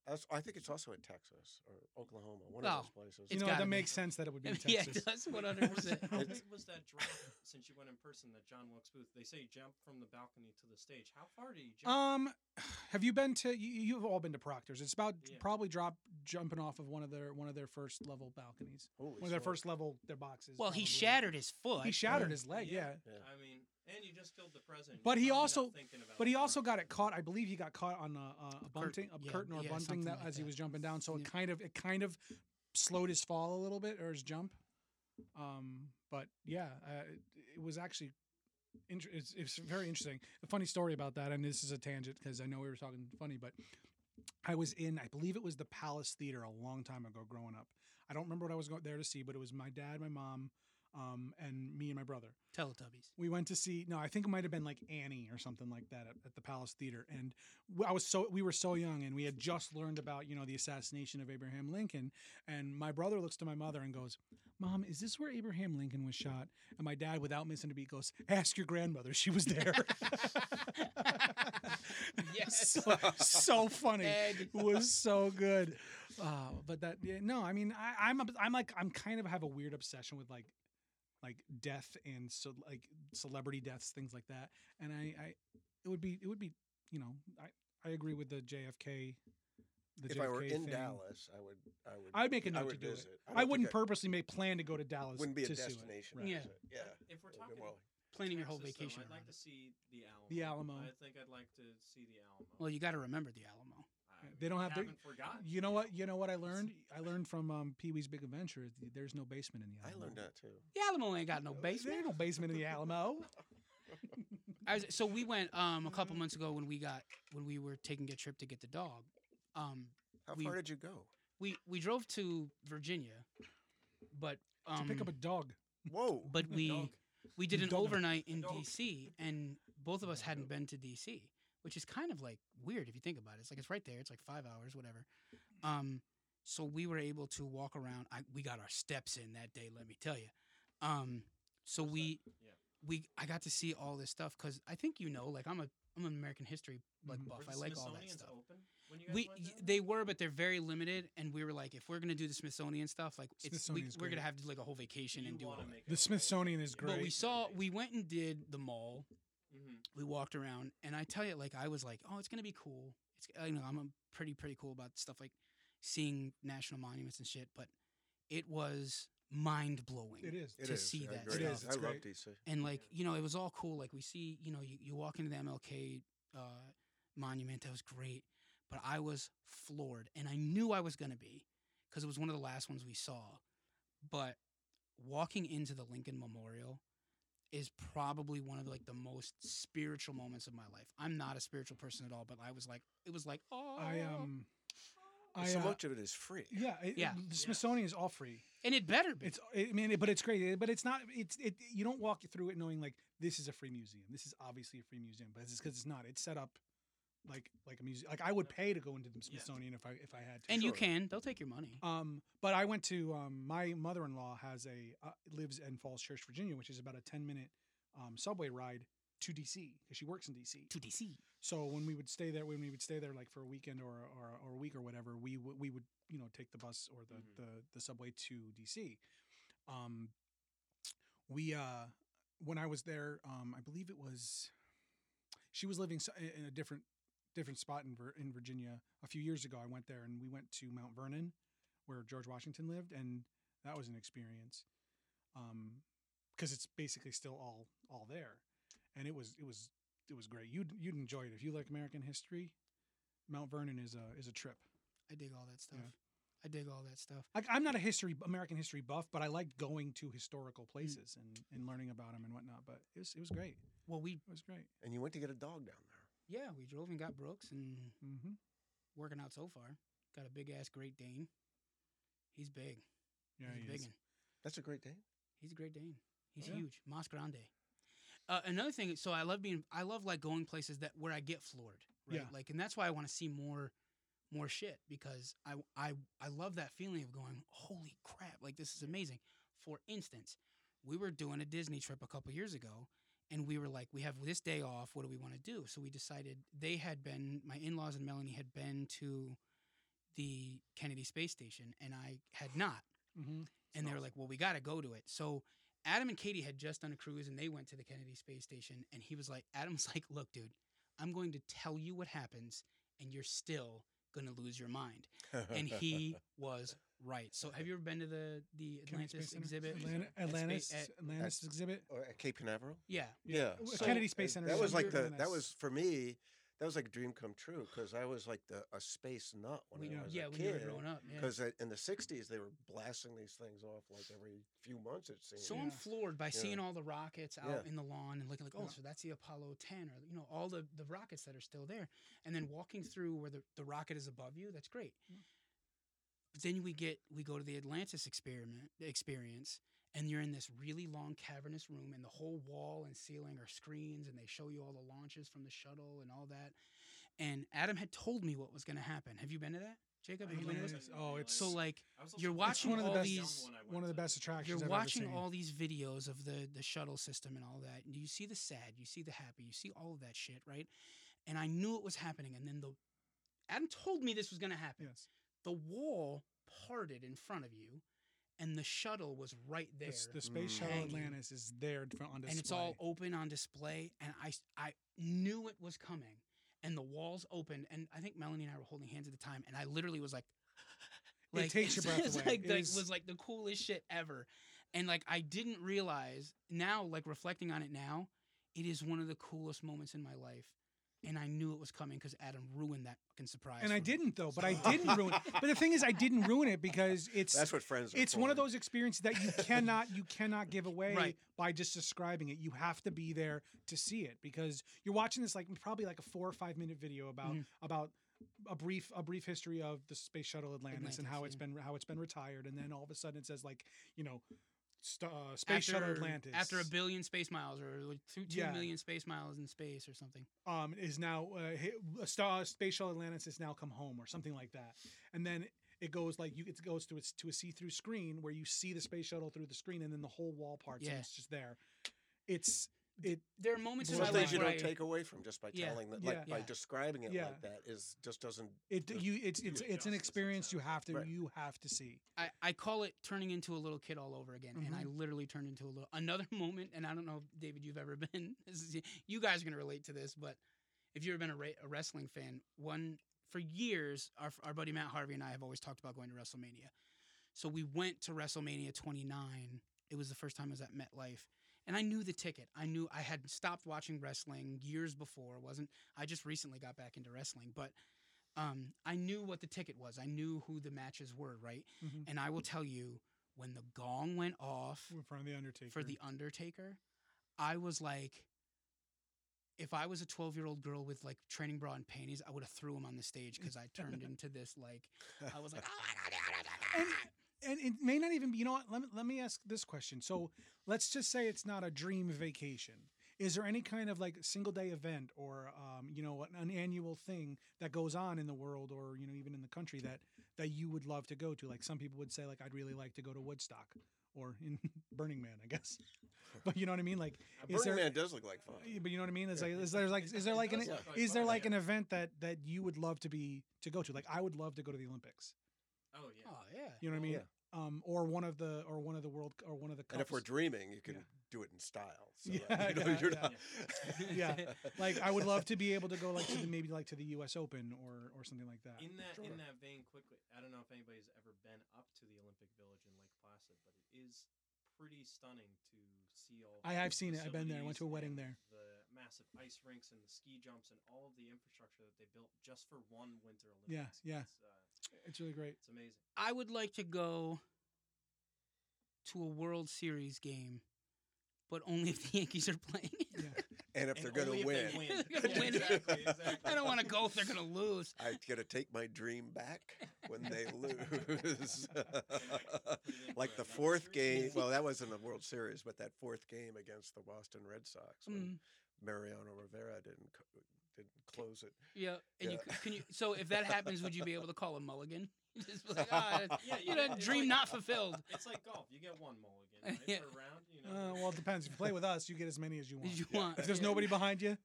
S5: That's, I think it's also in Texas or Oklahoma, one
S3: Oh,
S5: of those places.
S2: you
S3: it's
S2: know
S3: gotta
S2: that
S3: be.
S2: makes sense that it would be in
S3: yeah, it
S2: Texas.
S3: does. One hundred percent.
S4: How
S5: It's-
S4: big was that drop since you went in person that John Wilkes Booth? They say jump from the balcony to the stage. How far did he jump?
S2: Um, have you been to? You, you've all been to Proctor's. It's about
S4: Yeah.
S2: probably drop jumping off of one of their one of their first level balconies,
S5: Holy
S2: one of their
S5: smoke.
S2: first level their boxes.
S3: Well, he
S2: probably.
S3: shattered his foot.
S2: He shattered his leg. Yeah.
S5: Yeah.
S4: I mean, and you just killed the president.
S2: But
S4: You're
S2: he
S4: probably not
S2: also-
S4: thinking about
S2: But he
S4: the
S2: also
S4: drop.
S2: got it caught. I believe he got caught on a, a, a bunting, a
S3: yeah,
S2: curtain or a
S3: yeah, something
S2: bunting that
S3: like
S2: as he
S3: that.
S2: was jumping down. So it
S3: Yeah.
S2: kind of it kind of slowed his fall a little bit or his jump. Um, but yeah, uh, it, it was actually inter- it's, it's very interesting. A funny story about that, and this is a tangent because I know we were talking funny, but I was in I believe it was the Palace Theater a long time ago growing up. I don't remember what I was going there to see, but it was my dad, my mom, um, and me and my brother.
S3: Teletubbies.
S2: We went to see. No, I think it might have been like Annie or something like that at, at the Palace Theater. And w- I was so we were so young, and we had just learned about you know the assassination of Abraham Lincoln. And my brother looks to my mother and goes, "Mom, is this where Abraham Lincoln was shot?" And my dad, without missing a beat, goes, "Ask your grandmother. She was there."
S3: Yes.
S2: so, so funny.
S3: Ed.
S2: was so good. Uh, but that yeah, no, I mean I, I'm ob- I'm like I'm kind of have a weird obsession with like like death and so like celebrity deaths things like that. And I, I it would be it would be you know I I agree with the JFK. The
S5: If I were
S2: JFK
S5: in
S2: thing.
S5: Dallas, I would. I would.
S2: I'd make a
S5: I
S2: note
S5: would
S2: to do
S5: visit.
S2: it.
S5: I, don't
S2: I,
S5: think
S2: wouldn't
S5: I-
S2: purposely make plan to go to Dallas.
S5: Wouldn't be a
S2: to see it.
S5: destination.
S2: Right.
S5: to
S3: Yeah.
S5: visit. Yeah.
S4: If we're
S5: It'd be
S4: talking
S5: well-
S3: Planning your whole
S4: Texas, though,
S3: vacation.
S4: I'd
S3: around
S4: like
S3: it.
S4: to see the Alamo.
S2: The Alamo.
S4: I think I'd like to see the Alamo.
S3: Well, you got to remember the Alamo.
S4: I
S2: they don't have to-
S4: haven't forgotten.
S2: You know
S4: the
S2: what?
S4: Alamo.
S2: You know what I learned? I learned from um, Pee Wee's Big Adventure. is th- There's no basement in the
S5: I
S2: Alamo.
S5: learned that too.
S3: The Alamo ain't got no
S2: There ain't
S3: basement.
S2: no basement in the Alamo.
S3: I was, so we went um,
S4: Mm-hmm.
S3: a couple months ago when we got when we were taking a trip to get the dog. Um,
S5: How
S3: We-
S5: far did you go?
S3: we we drove to Virginia, but um,
S2: to pick up a dog.
S5: Whoa.
S3: but we
S4: Dog.
S3: we did an
S2: Dog.
S3: overnight in
S4: Dog.
S3: DC, and both of us hadn't been to DC, which is kind of like weird if you think about it. It's like it's right there. It's like five hours, whatever. Um, so we were able to walk around. I, we got our steps in that day. Let me tell you. Um, so
S4: What's that?
S3: we
S4: Yeah.
S3: we I got to see all this stuff because I think you know, like I'm a I'm an American history like
S2: Mhm.
S3: buff.
S4: Were Mm-hmm. the
S3: I like all that
S4: Smithsonian's
S3: stuff.
S4: Open? When you guys
S3: we
S4: went
S3: y-
S4: down?
S3: they were, but they're very limited, and we were like, if we're gonna do the Smithsonian stuff, like it's we,
S2: Smithsonian's
S3: we're gonna
S2: great.
S3: have to do like a whole vacation and do
S4: You
S3: all
S4: wanna
S3: that.
S4: make it
S2: The
S4: a whole
S2: Smithsonian
S4: thing.
S2: is
S4: Yeah.
S2: great.
S3: But we saw we went and did the mall.
S4: Mhm.
S3: We walked around, and I tell you, like I was like, oh, it's gonna be cool. It's I know I'm a pretty pretty cool about stuff like seeing national monuments and shit, but it was mind blowing.
S2: It is.
S5: It
S3: to
S5: is,
S3: see
S5: I
S3: that
S5: agree.
S2: It is,
S5: I
S2: it's
S5: love
S2: great.
S5: DC.
S3: and like you know it was all cool like we see you know you, you walk into the mlk uh, monument that was great but i was floored and i knew i was going to be because it was one of the last ones we saw but walking into the lincoln memorial is probably one of like the most spiritual moments of my life i'm not a spiritual person at all but i was like it was like oh
S2: I um, I
S5: so
S2: uh,
S5: much of it is free.
S2: yeah, it,
S3: Yeah.
S2: The Smithsonian is all free.
S3: and it better be
S2: It's I mean, it- but it's great. But it's not. It's it. You don't walk through it knowing like this is a free museum. This is obviously a free museum, but it's because it's not. It's set up like like a museum. Like I would pay to go into the Smithsonian if I if I had to.
S3: and you
S5: sure.
S3: can they'll take your money
S2: Um, but I went to um, my mother-in-law has a uh, lives in Falls Church, Virginia, which is about a ten-minute um, subway ride to DC because she works in DC.
S3: to dc
S2: So when we would stay there, when we would stay there like for a weekend or or, or a week or whatever, we would we would you know take the bus or the
S4: Mhm.
S2: the, the subway to DC. Um, we uh, when I was there, um, I believe it was she was living so- in a different different spot in Vir- in Virginia a few years ago. I went there and we went to Mount Vernon, where George Washington lived, and that was an experience. Um, because it's basically still all all there, and it was it was it was great. You'd you'd enjoy it if you like American history. Mount Vernon is a is a trip.
S3: i dig all that stuff
S2: Yeah.
S3: i dig all that stuff
S2: Like I'm not a history American history buff, but I like going to historical
S3: Mm.
S2: places and, and learning about them and whatnot. But it was it was great.
S3: well we
S2: It was great.
S5: And you went to get a dog down there.
S3: yeah we drove and got brooks and
S2: hmm
S3: working out so far. Got a big ass Great Dane. He's big.
S2: Yeah,
S3: He's a
S2: he
S3: big
S2: is.
S3: un.
S5: That's a great day.
S3: He's a Great Dane. He's
S2: Yeah.
S3: huge. Mas Grande. Uh, another thing, so I love being, I love like going places that where I get floored, right?
S2: Yeah.
S3: Like, and that's why I want to see more, more shit because I, I, I love that feeling of going, holy crap, like this is amazing. For instance, we were doing a Disney trip a couple years ago, and we were like, we have this day off. What do we want to do? So we decided they had been, my in laws and Melanie had been to the Kennedy Space Station, and I had not
S2: Mhm.
S3: and they were like, "Well, we got to go to it." So Adam and Katie had just done a cruise, and they went to the Kennedy Space Station, and he was like, "Adam's like, look, dude, I'm going to tell you what happens, and you're still gonna lose your mind." And he was right. So have you ever been to the the
S2: Mm-hmm. Kennedy
S3: Atlantis
S2: Space Center?
S3: exhibit? uh,
S2: Atlanta,
S3: at Spa-
S2: Atlantis,
S3: at-
S2: Atlantis exhibit.
S5: Or at Cape Canaveral.
S3: yeah,
S5: Yeah,
S2: w-
S5: so-
S2: Kennedy Space
S5: and
S2: Center
S5: That
S2: is
S5: was like
S2: somewhere
S5: the
S2: in
S5: that
S2: this-
S5: was for me. That was like a dream come true because I was like the a space nut when
S3: we,
S5: I was
S3: yeah,
S5: a
S3: when you were
S5: kid.
S3: growing up, yeah.
S5: Because in the '60s they were blasting these things off like every few months it seemed.
S3: So I'm
S2: Yeah.
S3: floored by seeing all the rockets out
S5: Yeah.
S3: in the lawn and looking like, oh,
S2: Yeah.
S3: so that's the Apollo 10 or you know all the the rockets that are still there, and then walking through where the the rocket is above you. That's great.
S2: Yeah.
S3: But then we get we go to the Atlantis experiment experience, and you're in this really long cavernous room, and the whole wall and ceiling are screens, and they show you all the launches from the shuttle and all that. And Adam had told me what was going to happen. Have you been to that, Jacob? Have you been to this?
S2: Atlantis- Oh, it's
S3: So like
S4: I was
S3: you're
S4: also
S3: watching
S2: one of the
S3: all
S2: best-
S3: these
S2: one of the best attractions.
S3: you're
S2: I've ever
S3: watching
S2: seen.
S3: all these videos of the the shuttle system and all that and you see the sad you see the happy you see all of that shit right and i knew it was happening and then the adam told me this was going to happen
S2: Yes,
S3: the wall parted in front of you and the shuttle was right
S2: The
S3: there
S2: s- the space
S5: Mm.
S2: shuttle
S3: hanging.
S2: Atlantis is there to- on display.
S3: and it's all open on display and I, s- I knew it was coming and the walls opened and i think melanie and i were holding hands at the time and i literally was like
S2: It takes your breath
S3: it's
S2: away.
S3: like
S2: It
S3: the-
S2: is-
S3: was like the coolest shit ever and like i didn't realize now like reflecting on it now it is one of the coolest moments in my life and i knew it was coming because adam ruined that fucking surprise
S2: and I
S3: for me.
S2: didn't though, but I didn't ruin. But the thing is, I didn't ruin it because it's
S5: That's what friends. Are
S2: it's one of
S5: for.
S2: those experiences that you cannot you cannot give away
S3: Right.
S2: by just describing it you have to be there to see it because you're watching this like probably like a four or five minute video about
S3: Mhm.
S2: about a brief a brief history of the space shuttle atlantis, and
S3: Atlantis,
S2: how it's
S3: yeah.
S2: been how it's been retired and then all of a sudden it says like you know st- uh, space shuttle atlantis
S3: after a billion space miles or like two, two
S2: Yeah.
S3: million space miles in space or something
S2: um, is now uh, hi- a star, Space Shuttle Atlantis has now come home or something like that, and then it goes like you it goes to its to a see through screen where you see the space shuttle through the screen and then the whole wall parts
S3: Yeah.
S2: and it's just there. It's it
S3: There are moments in
S5: Some
S3: my
S2: Well,
S5: things
S3: life
S5: you
S3: where
S5: don't
S3: I,
S5: take away from just by
S3: Yeah.
S5: telling that,
S2: Yeah.
S5: like by
S3: Yeah.
S5: describing it
S2: Yeah.
S5: like that is just doesn't.
S2: it
S5: There's-
S2: you it's it's it's an
S4: justice
S2: experience you
S4: outside.
S2: have to
S5: Right.
S2: you have to see.
S3: I, I call it turning into a little kid all over again, and I literally turned into a little another moment. And I don't know, if, David, you've ever been. This is, you guys are gonna relate to this, but if you've ever been a, ra- a wrestling fan, one for years, our our buddy Matt Harvey and I have always talked about going to WrestleMania. So we went to WrestleMania 29. It was the first time I was at MetLife, and I knew the ticket. I knew I had stopped watching wrestling years before. It wasn't I just recently got back into wrestling, but um, I knew what the ticket was. I knew who the matches were, right?
S2: Mhm.
S3: And I will tell you, when the gong went off
S2: In front of the Undertaker.
S3: for the Undertaker, I was like, if I was a 12 year old girl with like training bra and panties, I would have threw him on the stage because I turned into this like I was like, oh my god, the Undertaker."
S2: and it may not even be you know what let me, let me ask this question so let's just say it's not a dream vacation is there any kind of like single day event or um, you know an, an annual thing that goes on in the world or you know even in the country that that you would love to go to like some people would say like i'd really like to go to woodstock or in burning man i guess but you know what i mean like
S5: Uh,
S2: is
S5: Burning
S2: there
S5: Man does look like fun.
S2: but you know what i mean is,
S5: Yeah.
S2: like, is there like is there like an
S4: does look like
S2: is there
S4: fun,
S2: like
S4: yeah.
S2: an event that that you would love to be to go to like i would love to go to the olympics
S4: Oh yeah.
S3: oh yeah,
S2: you know what i mean
S5: Yeah.
S2: um, or one of the or one of the world or one of the cups.
S5: And if we're dreaming, you can
S2: Yeah.
S5: do it in style. So
S2: Yeah,
S5: that, you know,
S2: yeah,
S5: you're
S2: yeah.
S5: not.
S2: Yeah. like I would love to be able to go like to the, maybe like to the U.S. Open or or something like that.
S4: In that
S5: Sure.
S4: in that vein, quickly, I don't know if anybody's ever been up to the Olympic Village in Lake Placid, but it is pretty stunning to see all.
S2: I-
S4: the
S2: I've seen it. I've been there. I went to a wedding
S4: facilities
S2: there.
S4: and The massive ice rinks and the ski jumps and all of the infrastructure that they built just for one Winter
S2: Yeah,
S4: Olympics.
S2: yeah.
S4: It's, uh,
S2: It's really great.
S4: it's amazing.
S3: I would like to go to a World Series game, but only if the Yankees are playing.
S2: Yeah,
S5: And if
S4: And
S5: they're gonna
S4: only if
S5: win,
S4: they
S3: They're gonna win.
S4: Exactly, exactly.
S3: I don't want to go if they're gonna lose.
S5: I'm gonna take my dream back when they lose. like the fourth game. Well, that wasn't a World Series, but that fourth game against the Boston Red Sox when
S3: Mm,
S5: Mariano Rivera didn't co- didn't close it.
S3: yeah, and you
S5: Yeah.
S3: c- can you. So if that happens, would you be able to call a mulligan? Just be like, "Ah, that's-
S4: Yeah,
S3: you
S4: you
S3: know,
S4: can-
S3: dream not fulfilled.
S4: It's like golf. You get one mulligan right,
S3: Yeah.
S4: per round. You know.
S2: uh, well, it depends. If you play with us, you get as many as you want.
S3: As you
S5: Yeah.
S3: want.
S2: If there's
S3: Yeah.
S2: nobody behind you,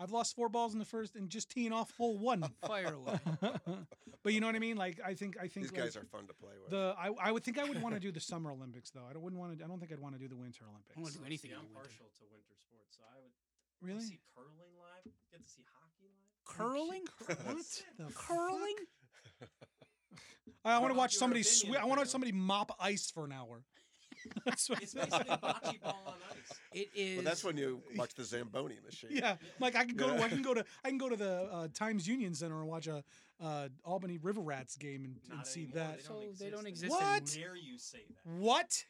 S2: I've lost four balls in the first and just teeing off hole one.
S3: fire away.
S2: but you know what I mean. Like I think I think
S5: These guys
S2: like,
S5: are fun to play with.
S2: the I, I would think I would want to do the Summer Olympics though. I don't, wouldn't want to. I don't think I'd want to do the Winter
S3: I wanna
S2: Olympics.
S3: do
S4: Honestly,
S3: anything in
S4: I'm
S3: the winter.
S4: partial to winter sports, so I would get to
S2: Really?
S4: see curling live. Get to see hockey live.
S3: Curling?
S2: What the
S3: Curling?
S2: fuck? I want to
S4: What
S2: watch
S4: your
S2: somebody
S4: opinion,
S2: sweat. I want to
S4: Theo?
S2: watch somebody mop ice for an hour. That's what-
S4: It's basically bocce ball on ice.
S3: It is.
S5: well, that's when you watch the Zamboni machine.
S2: Yeah, like I can go. To, I
S5: Yeah.
S2: can go to. I can go to the uh, Times Union Center and watch a uh, Albany River Rats game and, and
S4: Not
S2: see
S4: anymore.
S2: that.
S4: They
S3: So
S4: don't exist.
S3: they don't
S4: anymore.
S3: exist
S2: What?
S3: anymore.
S4: Dare you say that?
S2: What?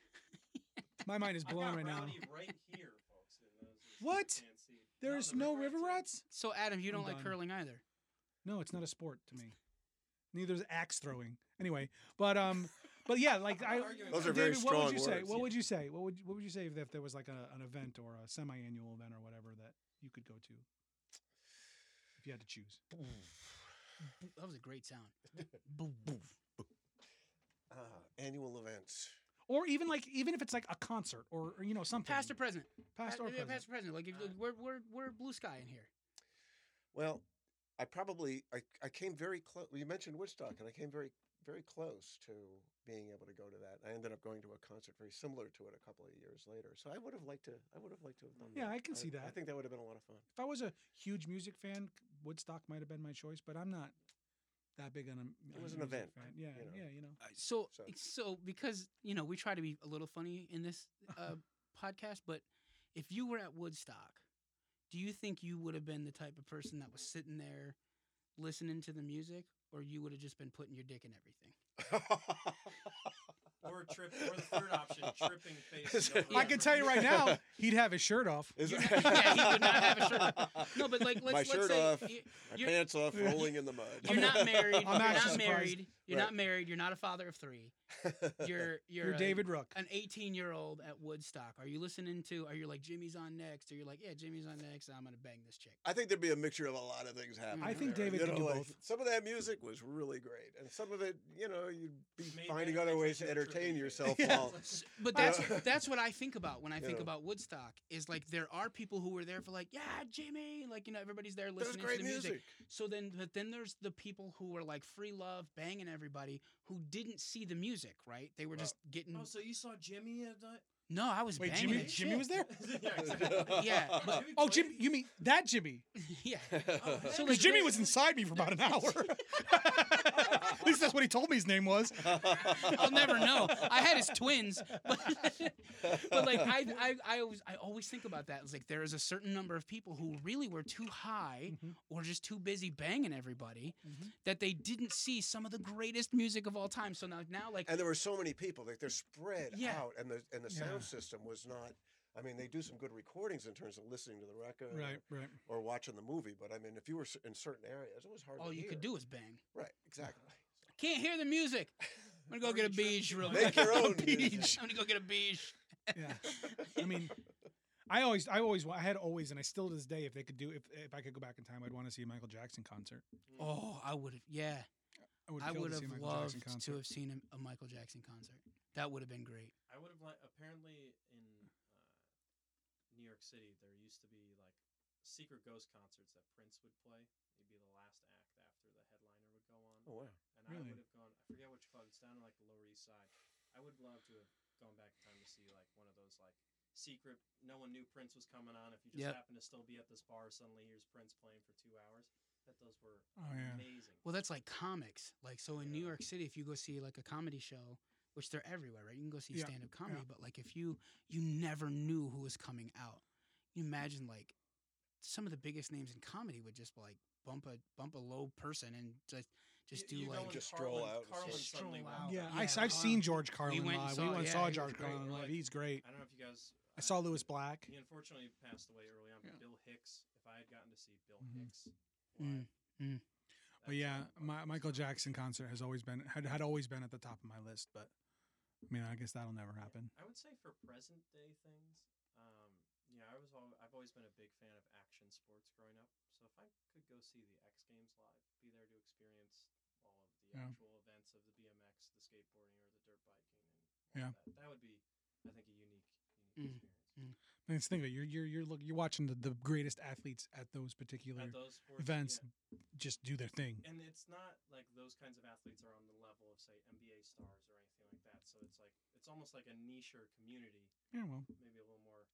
S2: My mind is
S4: I
S2: blown
S4: got
S2: right now.
S4: Rowdy right here, folks. and those- you
S2: What?
S4: can't see.
S2: There
S4: Now
S2: is
S4: the
S2: no River
S4: are-
S2: Rats.
S3: So Adam, you
S2: I'm
S3: don't like
S2: done.
S3: curling either.
S2: No, it's not a sport to me. Neither is axe throwing. Anyway, but um, but yeah, like
S4: I'm
S2: I.
S4: not arguing
S5: Those
S4: with
S5: are very
S2: David, what would
S5: strong
S2: you say?
S5: words,
S2: What
S5: yeah.
S2: would you say? What would what would you say if, if there was like a, an event or a semi-annual event or whatever that you could go to if you had to choose?
S3: Bo- That was a great sound.
S5: Ah, annual events.
S2: or even like even if it's like a concert or, or, you know something
S3: Past or present?
S2: past or
S3: Pa- yeah,
S2: present.
S3: Past or present? Like if,
S4: Uh,
S3: we're we're we're blue sky in here.
S5: Well, I probably I, I came very close. You mentioned Woodstock, and I came very very close to being able to go to that. I ended up going to a concert very similar to it a couple of years later. So I would have liked to. I would have liked to have done.
S2: Yeah,
S5: that.
S2: I can see
S5: I
S2: that.
S5: think that would have been a lot of fun.
S2: if I was a huge music fan, Woodstock might have been my choice, but I'm not that big on a.
S5: It
S2: on
S5: was
S2: a
S5: an
S2: music
S5: event,
S2: Fan. Yeah,
S5: you know.
S2: yeah, you know.
S3: So
S5: So-
S3: it's- so because you know we try to be a little funny in this uh, podcast, but if you were at Woodstock, do you think you would have been the type of person that was sitting there listening to the music, or you would have just been putting your dick in everything?
S4: Or trip. Or the third option, tripping face.
S5: Is
S4: into a
S5: it-
S4: river.
S2: I can tell you right now, he'd have his shirt off.
S5: Is
S3: You're
S5: it-
S3: not- yeah, he would not have a No, but like let's
S5: My
S3: let's
S5: shirt
S3: say
S5: off.
S3: y-
S5: My
S3: you're-
S5: pants off,
S2: Yeah.
S5: rolling in the mud.
S3: you're not married.
S2: I'm
S3: you're
S2: actually
S3: not
S2: surprised.
S3: married. You're
S5: Right.
S3: not married. You're not a father of three. You're you're,
S2: You're
S3: a-
S2: David Rook.
S3: an 18 year old at Woodstock. Are you listening to? Are you like Jimmy's on next? Or you're like, yeah, Jimmy's on next. I'm gonna bang this chick.
S5: I think there'd be a mixture of a lot of things happening.
S2: think
S5: there.
S2: David
S5: you
S2: could
S5: know,
S2: do
S5: like,
S2: both.
S5: Some of that music was really great, and some of it, you know, you'd be
S4: Made
S5: finding
S4: that
S5: other
S4: into
S5: ways to
S4: your
S5: entertain
S4: trivia.
S5: yourself.
S2: Yeah.
S5: While,
S3: But
S5: I-
S3: that's what, that's what I think about when I
S5: You
S3: think
S5: know.
S3: about Woodstock. Is like there are people who were there for like, yeah, Jimmy. Like you know, everybody's there
S5: there's
S3: listening to
S5: great
S3: the music.
S5: music.
S3: So then, but then there's the people who were like free love, banging everybody, who didn't see the music, right? They were
S5: Well,
S3: just getting.
S4: Oh, so you saw Jimmy at that?
S3: no, I was
S2: Wait,
S3: banging.
S2: Jimmy
S3: that
S2: Jimmy
S3: shit.
S2: was there?
S4: yeah, exactly.
S3: Yeah.
S4: But
S2: Oh, Jimmy, you mean that Jimmy?
S3: yeah.
S4: Oh, that
S3: So
S2: Because
S3: like
S2: Jimmy
S3: they-
S2: was inside me for about an hour. At least that's what he told me his name was.
S3: I'll never know. I had his twins, but, but like I, I, I always I always think about that. It's like there is a certain number of people who really were too high
S2: Mhm.
S3: or just too busy banging everybody
S2: Mhm.
S3: that they didn't see some of the greatest music of all time. So now now like
S5: and there were so many people. Like they're spread
S3: Yeah.
S5: out, and the and the sound
S2: Yeah.
S5: system was not. I mean, they do some good recordings in terms of listening to the record or-
S2: Right, right.
S5: or, watching the movie, but I mean, if you were s- in certain areas, it was hard.
S3: all
S5: to
S3: Oh, you could
S5: hear.
S3: do is bang.
S5: Right, exactly.
S3: Can't hear the music. I'm gonna go get a
S4: Barbie
S3: beige real
S5: Make
S3: quick.
S5: your own
S3: I'm gonna go get a beige.
S2: Yeah. I mean, I always, I always, wa- I had always, and I still to this day, if they could do, if if I could go back in time, I'd want to see a Michael Jackson concert.
S3: Oh, I would have. Yeah,
S2: would
S3: I
S2: kill to
S3: would have
S2: see a Michael Jackson
S3: loved
S2: concert.
S3: to have seen a, a Michael Jackson concert. That would have been great.
S4: I would have like apparently in uh, New York City there used to be like secret ghost concerts that Prince would play. He'd be the last act after the headliner would go on.
S5: Oh wow.
S2: Really?
S4: and I would have gone. I forget which club. It's down in like the Lower East Side. I would love to have gone back in time to see like one of those like secret. No one knew Prince was coming on. If you just
S3: Yep.
S4: happen to still be at this bar, suddenly here's Prince playing for two hours. That those were
S2: Oh yeah.
S4: amazing.
S3: Well, that's like comics. Like so in New
S4: Yeah.
S3: York City, if you go see like a comedy show, which they're everywhere, right? You can go see
S2: Yeah,
S3: stand-up comedy, but like if you you never knew who was coming out. You imagine like some of the biggest names in comedy would just like bump a bump a low person and just just
S4: You-
S3: do
S4: you go
S3: like
S4: and
S5: Just stroll
S4: Carlin-
S5: out and
S4: Carlin
S3: just
S4: suddenly
S3: stroll
S4: walked
S3: out.
S2: Yeah,
S4: out.
S2: I,
S3: Yeah,
S2: have seen
S3: Carlin.
S2: George Carlin
S3: went and
S2: live.
S3: saw-
S2: we went and
S3: yeah,
S2: saw
S3: he was
S2: George
S3: great.
S2: Carlin
S4: We're
S2: live.
S4: like-
S2: He's great.
S4: I don't know if you guys.
S2: I saw
S4: uh,
S2: Lewis Black.
S4: He unfortunately passed away early on. But Bill Hicks. If I had gotten to see Bill
S2: Mhm.
S4: Hicks,
S3: Mm,
S4: live,
S3: mm.
S4: that
S2: But yeah,
S4: would have been
S2: my,
S4: awesome.
S2: Michael Jackson concert has always been had, had always been at the top of my list. But I mean, I guess that'll never
S4: Yeah,
S2: happen.
S4: I would say for present day things, um, you know, I was all, I've always been a big fan of action sports growing up. So if I could go see the X Games live, be there to experience all of the
S2: Yeah.
S4: actual events of the BMX, the skateboarding, or the dirt biking, and
S2: Yeah.
S4: all that, that would be, I think, a unique,
S3: Mm.
S4: unique experience.
S2: And it's think of it, you're you're you're look, you're watching the, the greatest athletes at those particular
S4: At those sports,
S2: Mm. events
S4: yeah.
S2: just do their thing.
S4: and it's not like those kinds of athletes are on the level of say NBA stars or anything like that. So it's like it's almost like a niche or community
S2: Yeah, well,
S4: maybe a little more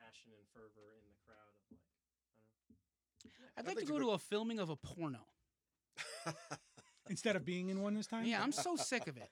S4: passion and fervor in the crowd of like
S3: I'd
S5: I'd
S3: like to
S5: like to
S3: go
S5: go-
S3: to a filming of a porno.
S2: instead of being in one this time.
S3: Yeah, I'm so sick of it.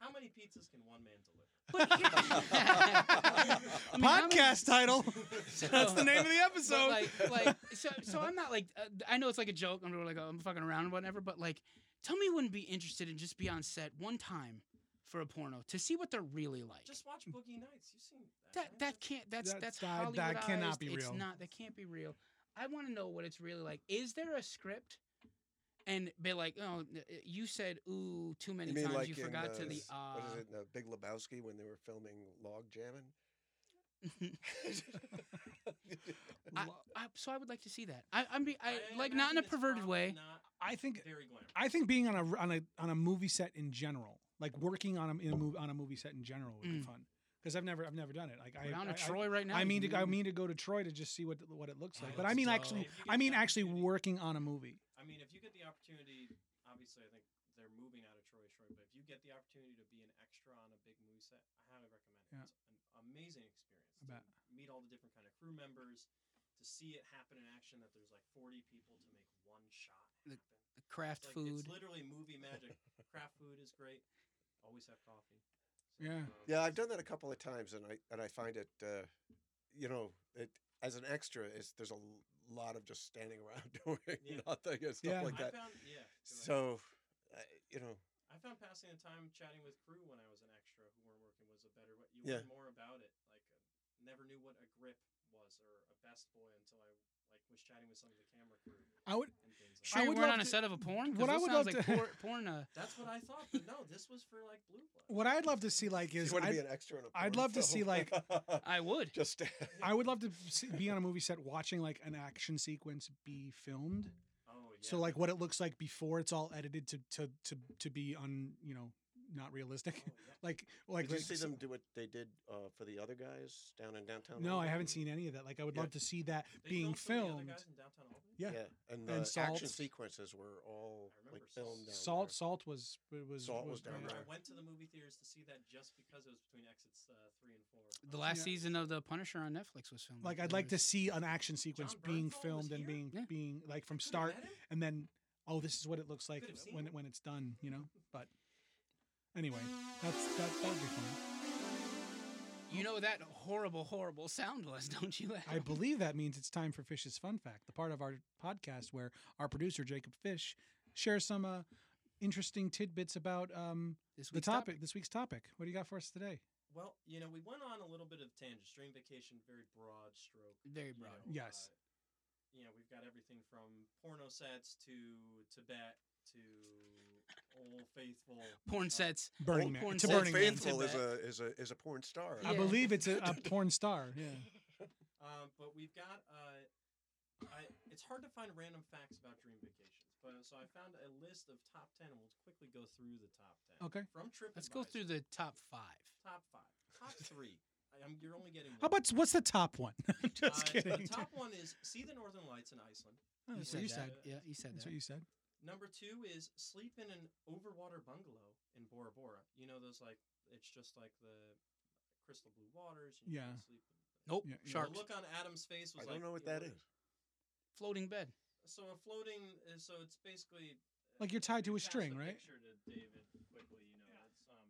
S4: how many pizzas can one man deliver?
S3: But here- I mean, how many-
S2: Podcast title. That's the name of the
S3: But,
S2: episode.
S3: like, like, so, so I'm not like, uh, I know it's like a joke. I'm like, oh, I'm fucking around or whatever. But like, tell me you wouldn't be interested in just be on set one time for a porno to see what they're really like.
S4: Just watch Boogie Nights. You've seen
S3: that
S4: right?
S3: that can't. That's
S2: That-
S3: that's
S2: that-
S3: Hollywood.
S2: that cannot be
S3: It's
S2: real.
S3: not. That can't be real. I want to know what it's really like. Is there a script? And be like, oh, n- uh, you said ooh too many
S5: you mean
S3: times.
S5: like
S3: you
S5: in,
S3: forgot
S5: uh,
S3: to the uh.
S5: what is it, the Big Lebowski when they were filming log jamming?
S3: I, uh, I, so I would like to see that. I, I'm be, I, like not
S4: imagine
S3: in a
S4: it's
S3: perverted
S4: probably
S3: way.
S4: Not
S2: I think
S4: very glam.
S2: I think being on a on a on a movie set in general, like working on a, in a movie on a movie set in general, would be
S3: Mm.
S2: fun. Because I've never I've never done it. Like I,
S3: We're down
S2: I,
S3: to
S2: I-
S3: Troy right now.
S2: I
S3: you
S2: mean
S3: can
S2: to I mean
S3: move.
S2: to go to Troy to just see what what it looks
S3: Oh,
S2: like. But I
S3: that's
S2: mean
S3: dope.
S2: actually
S4: If you
S2: I
S4: get
S2: mean
S4: the
S2: actually
S4: opportunity-
S2: working on a movie.
S4: I mean, if you get the opportunity, obviously, I think they're moving out of Troy Shore. But if you get the opportunity to be an extra on a big movie set, I highly recommend it.
S2: Yeah.
S4: It's an amazing experience.
S2: I bet.
S4: To meet all the different kind of crew members, to see it happen in action. That there's like 40 people to make one shot
S3: The
S4: happen.
S3: craft
S4: It's like-
S3: food.
S4: It's literally movie magic. Craft food is great. Always have coffee. So,
S2: Yeah.
S4: um,
S5: yeah, I've done that a couple of times, and I and I find it, uh, you know, it as an extra, it's, there's a l- lot of just standing around doing
S4: Yeah.
S5: nothing and stuff
S2: Yeah.
S5: like
S4: I
S5: that.
S4: found yeah. you're right.
S5: So, uh, you know,
S4: I found passing the time chatting with crew when I was an extra who weren't working was a better way. You
S5: Yeah.
S4: learn more about it. Like, uh, never knew what a grip was or a best boy until I like was chatting with some of the camera crew
S2: I would.
S4: and things.
S2: Sure.
S3: Sure,
S4: Like
S2: would
S3: we're not
S2: love
S3: on a
S2: to-
S3: set of a porn. 'Cause
S2: what I
S3: those
S2: would
S3: sounds
S2: love
S3: like
S2: to-
S3: por- porn. Uh,
S4: that. That's what I thought, but no, this was for like blue blood.
S2: What I'd love to see like
S5: You
S2: is
S5: want to
S2: I'd-
S5: be an extra in a
S2: I'd
S5: porn
S2: love to see,
S5: film?
S2: like-
S3: I would.
S5: just
S2: I would love to see, be on a movie set watching like an action sequence be filmed.
S4: Oh yeah.
S2: So like what it looks like before it's all edited to to to to be on you know not realistic.
S4: Oh, yeah.
S2: like like
S5: Did you
S2: like
S5: see
S2: so-
S5: them do what they did uh, for the other guys down in downtown?
S2: No, I
S5: Albany?
S2: haven't seen any of that. Like I would
S5: Yeah.
S2: love to see that
S4: They
S2: being
S4: some of the other
S2: filmed.
S4: guys in downtown Albany?
S2: Yeah.
S5: Yeah, and
S2: And
S5: the action
S2: Salt.
S5: sequences were all
S4: I remember
S5: like filmed. Down
S2: Salt
S5: there.
S2: Salt was it was
S5: Salt was
S4: I
S5: down
S4: remember
S5: there.
S4: I went to the movie theaters to see that just because it was between exits uh, three and four.
S3: The last
S2: Yeah.
S3: season of The Punisher on Netflix was filmed.
S2: Like
S3: that
S2: I'd like to
S3: was-
S2: see an action sequence
S4: John
S2: being
S4: Bernthal was
S2: filmed and
S4: here?
S2: being
S3: Yeah.
S2: being like from
S4: Could've
S2: start
S4: met him?
S2: and then oh this is what it looks like
S4: Could've seen
S2: when
S4: him.
S2: it, when it's done, you know. But anyway, that's that that would be fun.
S3: You know what that horrible, horrible sound was, don't you?
S2: I
S3: Adam?
S2: believe that means it's time for Fish's fun fact, the part of our podcast where our producer Jacob Fish shares some uh, interesting tidbits about um,
S3: This
S2: the
S3: week's
S2: topic, this week's topic. What do you got for us today?
S4: Well, you know, we went on a little bit of tangent. String vacation, very broad stroke.
S3: Very
S4: you
S3: broad.
S4: know,
S2: Yes.
S4: uh, you know, we've got everything from porno sets to Tibet to Old Faithful.
S3: Porn
S4: uh,
S3: sets.
S2: Burning
S3: Old
S2: Man.
S3: porn
S2: To
S3: sets
S5: Old
S2: Burning Man.
S5: Faithful is a
S3: Tibet.
S5: is a is a porn star.
S2: I
S3: Yeah.
S2: believe it's a, a porn star. Yeah.
S4: Um, but we've got. Uh, I, it's hard to find random facts about dream vacations, but so I found a list of top ten, and we'll quickly go through the top ten.
S2: Okay.
S4: From TripAdvisor.
S3: Let's go through the top five.
S4: top five, top three. I, I'm, you're only getting.
S2: How
S4: one.
S2: about what's the top one? I'm just
S4: Uh,
S2: kidding.
S4: The top one is see the northern lights in Iceland.
S2: Oh,
S3: You
S2: that's what you said.
S3: that. Yeah, you said
S2: That's
S3: that.
S2: what you said.
S4: Number two is sleep in an overwater bungalow in Bora Bora. You know those like it's just like the crystal blue waters. You
S2: Yeah.
S4: can't Sleep.
S3: nope.
S2: Yeah, yeah.
S4: The
S3: Sharks.
S4: look on Adam's face
S5: I
S4: was like,
S5: don't know what
S4: you
S5: that is.
S3: Floating bed.
S4: So a floating. uh, So it's basically uh,
S2: Like you're tied to a
S4: pass the
S2: string, right?
S4: Picture to David quickly. You know, it's um.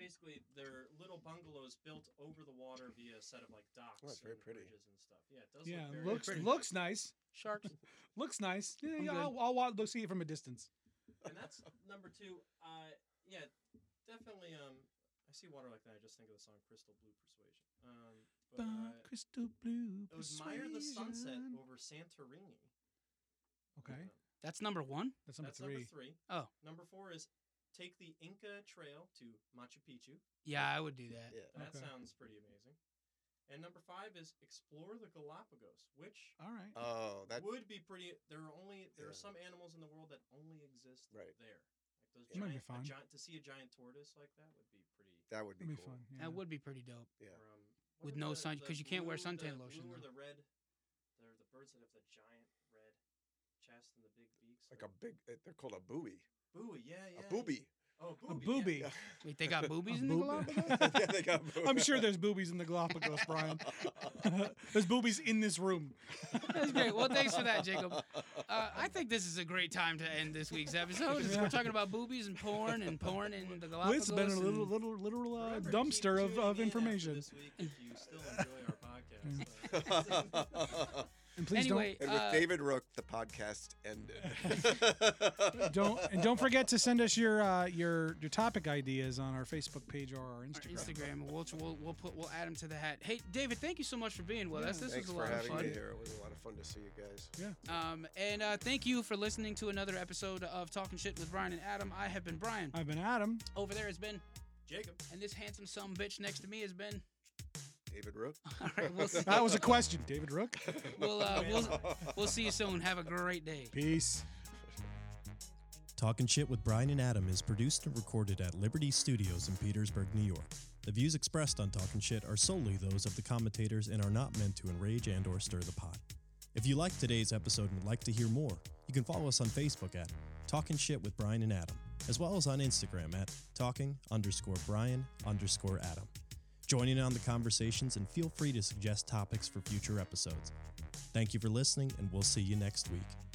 S4: Basically, they're little bungalows built over the water via a set of like docks
S5: Oh, it's very
S4: and
S5: pretty.
S4: bridges and stuff. Yeah, it does
S2: Yeah.
S4: look very
S2: Looks
S4: pretty.
S2: looks nice.
S3: Sharks.
S2: Looks nice. Yeah,
S3: I'm
S2: yeah,
S3: good.
S2: I'll, I'll, wa- go see it from a distance.
S4: and that's number two. Uh, yeah, definitely. Um, I see water like that. I just think of the song "Crystal Blue Persuasion." Um, but
S2: But
S4: uh,
S2: crystal blue.
S4: admire the sunset
S2: persuasion.
S4: over Santorini.
S2: Okay,
S4: Um,
S3: That's number one.
S2: that's number
S4: that's
S2: three.
S4: number three.
S3: Oh.
S4: number four is take the Inca Trail to Machu Picchu.
S3: Yeah, I would do that.
S5: Yeah.
S4: That
S2: Okay.
S4: sounds pretty amazing. And number five is explore the Galapagos, which
S2: All right.
S5: Oh, that
S4: would be pretty. There are only there are
S5: Yeah.
S4: some animals in the world that only exist
S5: Right.
S4: there. Like those
S5: Yeah.
S2: Might be
S4: giant, a
S2: fun.
S4: giant- to see a giant tortoise like that would be pretty.
S5: that would be,
S2: It'll be
S5: cool.
S2: fun. Yeah.
S3: That would be pretty dope.
S5: Yeah.
S4: Or, um, what
S3: With
S4: are
S3: no
S4: the-
S3: sun-
S4: the
S3: 'cause you can't wear
S4: blue-
S3: suntan
S4: the
S3: lotion,
S4: Blue or
S3: though.
S4: the red. They're the birds that have the giant red chest and the big beaks.
S5: Like a big, uh, they're called a buoy.
S4: booby, yeah, yeah.
S5: A booby.
S4: Oh,
S2: a
S4: booby.
S2: booby.
S5: Yeah.
S3: Wait, they got boobies in the
S2: boob-
S3: Galapagos?
S5: Yeah, they got boob-
S2: I'm sure there's boobies in the Galapagos, Brian. there's boobies in this room.
S3: That's great. Well, thanks for that, Jacob. Uh, I think this is a great time to end this week's episode. is We're talking about boobies and porn and porn and the
S2: Well,
S3: Galapagos.
S2: it's been a little,
S3: and-
S2: little, literal uh,
S4: Remember to keep
S2: dumpster of, of
S4: tuning in after
S2: information.
S4: This week, if you still enjoy our podcast. uh,
S2: And please
S3: anyway,
S5: and with
S3: uh,
S5: David Rook, the podcast ended.
S2: don't, don't, and don't forget to send us your, uh, your, your topic ideas on our Facebook page or our
S3: our
S2: Instagram.
S3: Instagram. We'll, we'll we'll put we'll add him to the hat. Hey, David, thank you so much for being with
S2: Yeah.
S3: us. This
S5: Thanks
S3: was a
S5: for
S3: lot of
S5: having
S3: fun.
S5: me here. It was a lot of fun to see you guys.
S3: Um, and uh, thank you for listening to another episode of Talking Shit with Brian and Adam. I have been Brian.
S2: I've been Adam.
S3: Over there has been,
S4: Jacob.
S3: and this handsome some bitch next to me has been.
S5: David Rook.
S3: All right, we'll see.
S2: That was a question. David Rook.
S3: We'll, uh, we'll, we'll see you soon. Have a great day.
S2: Peace.
S6: Talkin' Shit with Brian and Adam is produced and recorded at Liberty Studios in Petersburg, New York. The views expressed on Talkin' Shit are solely those of the commentators and are not meant to enrage and or stir the pot. If you liked today's episode and would like to hear more, you can follow us on Facebook at Talkin' Shit with Brian and Adam, as well as on Instagram at Talking underscore Brian underscore Adam. Join in on the conversations and feel free to suggest topics for future episodes. Thank you for listening, and we'll see you next week.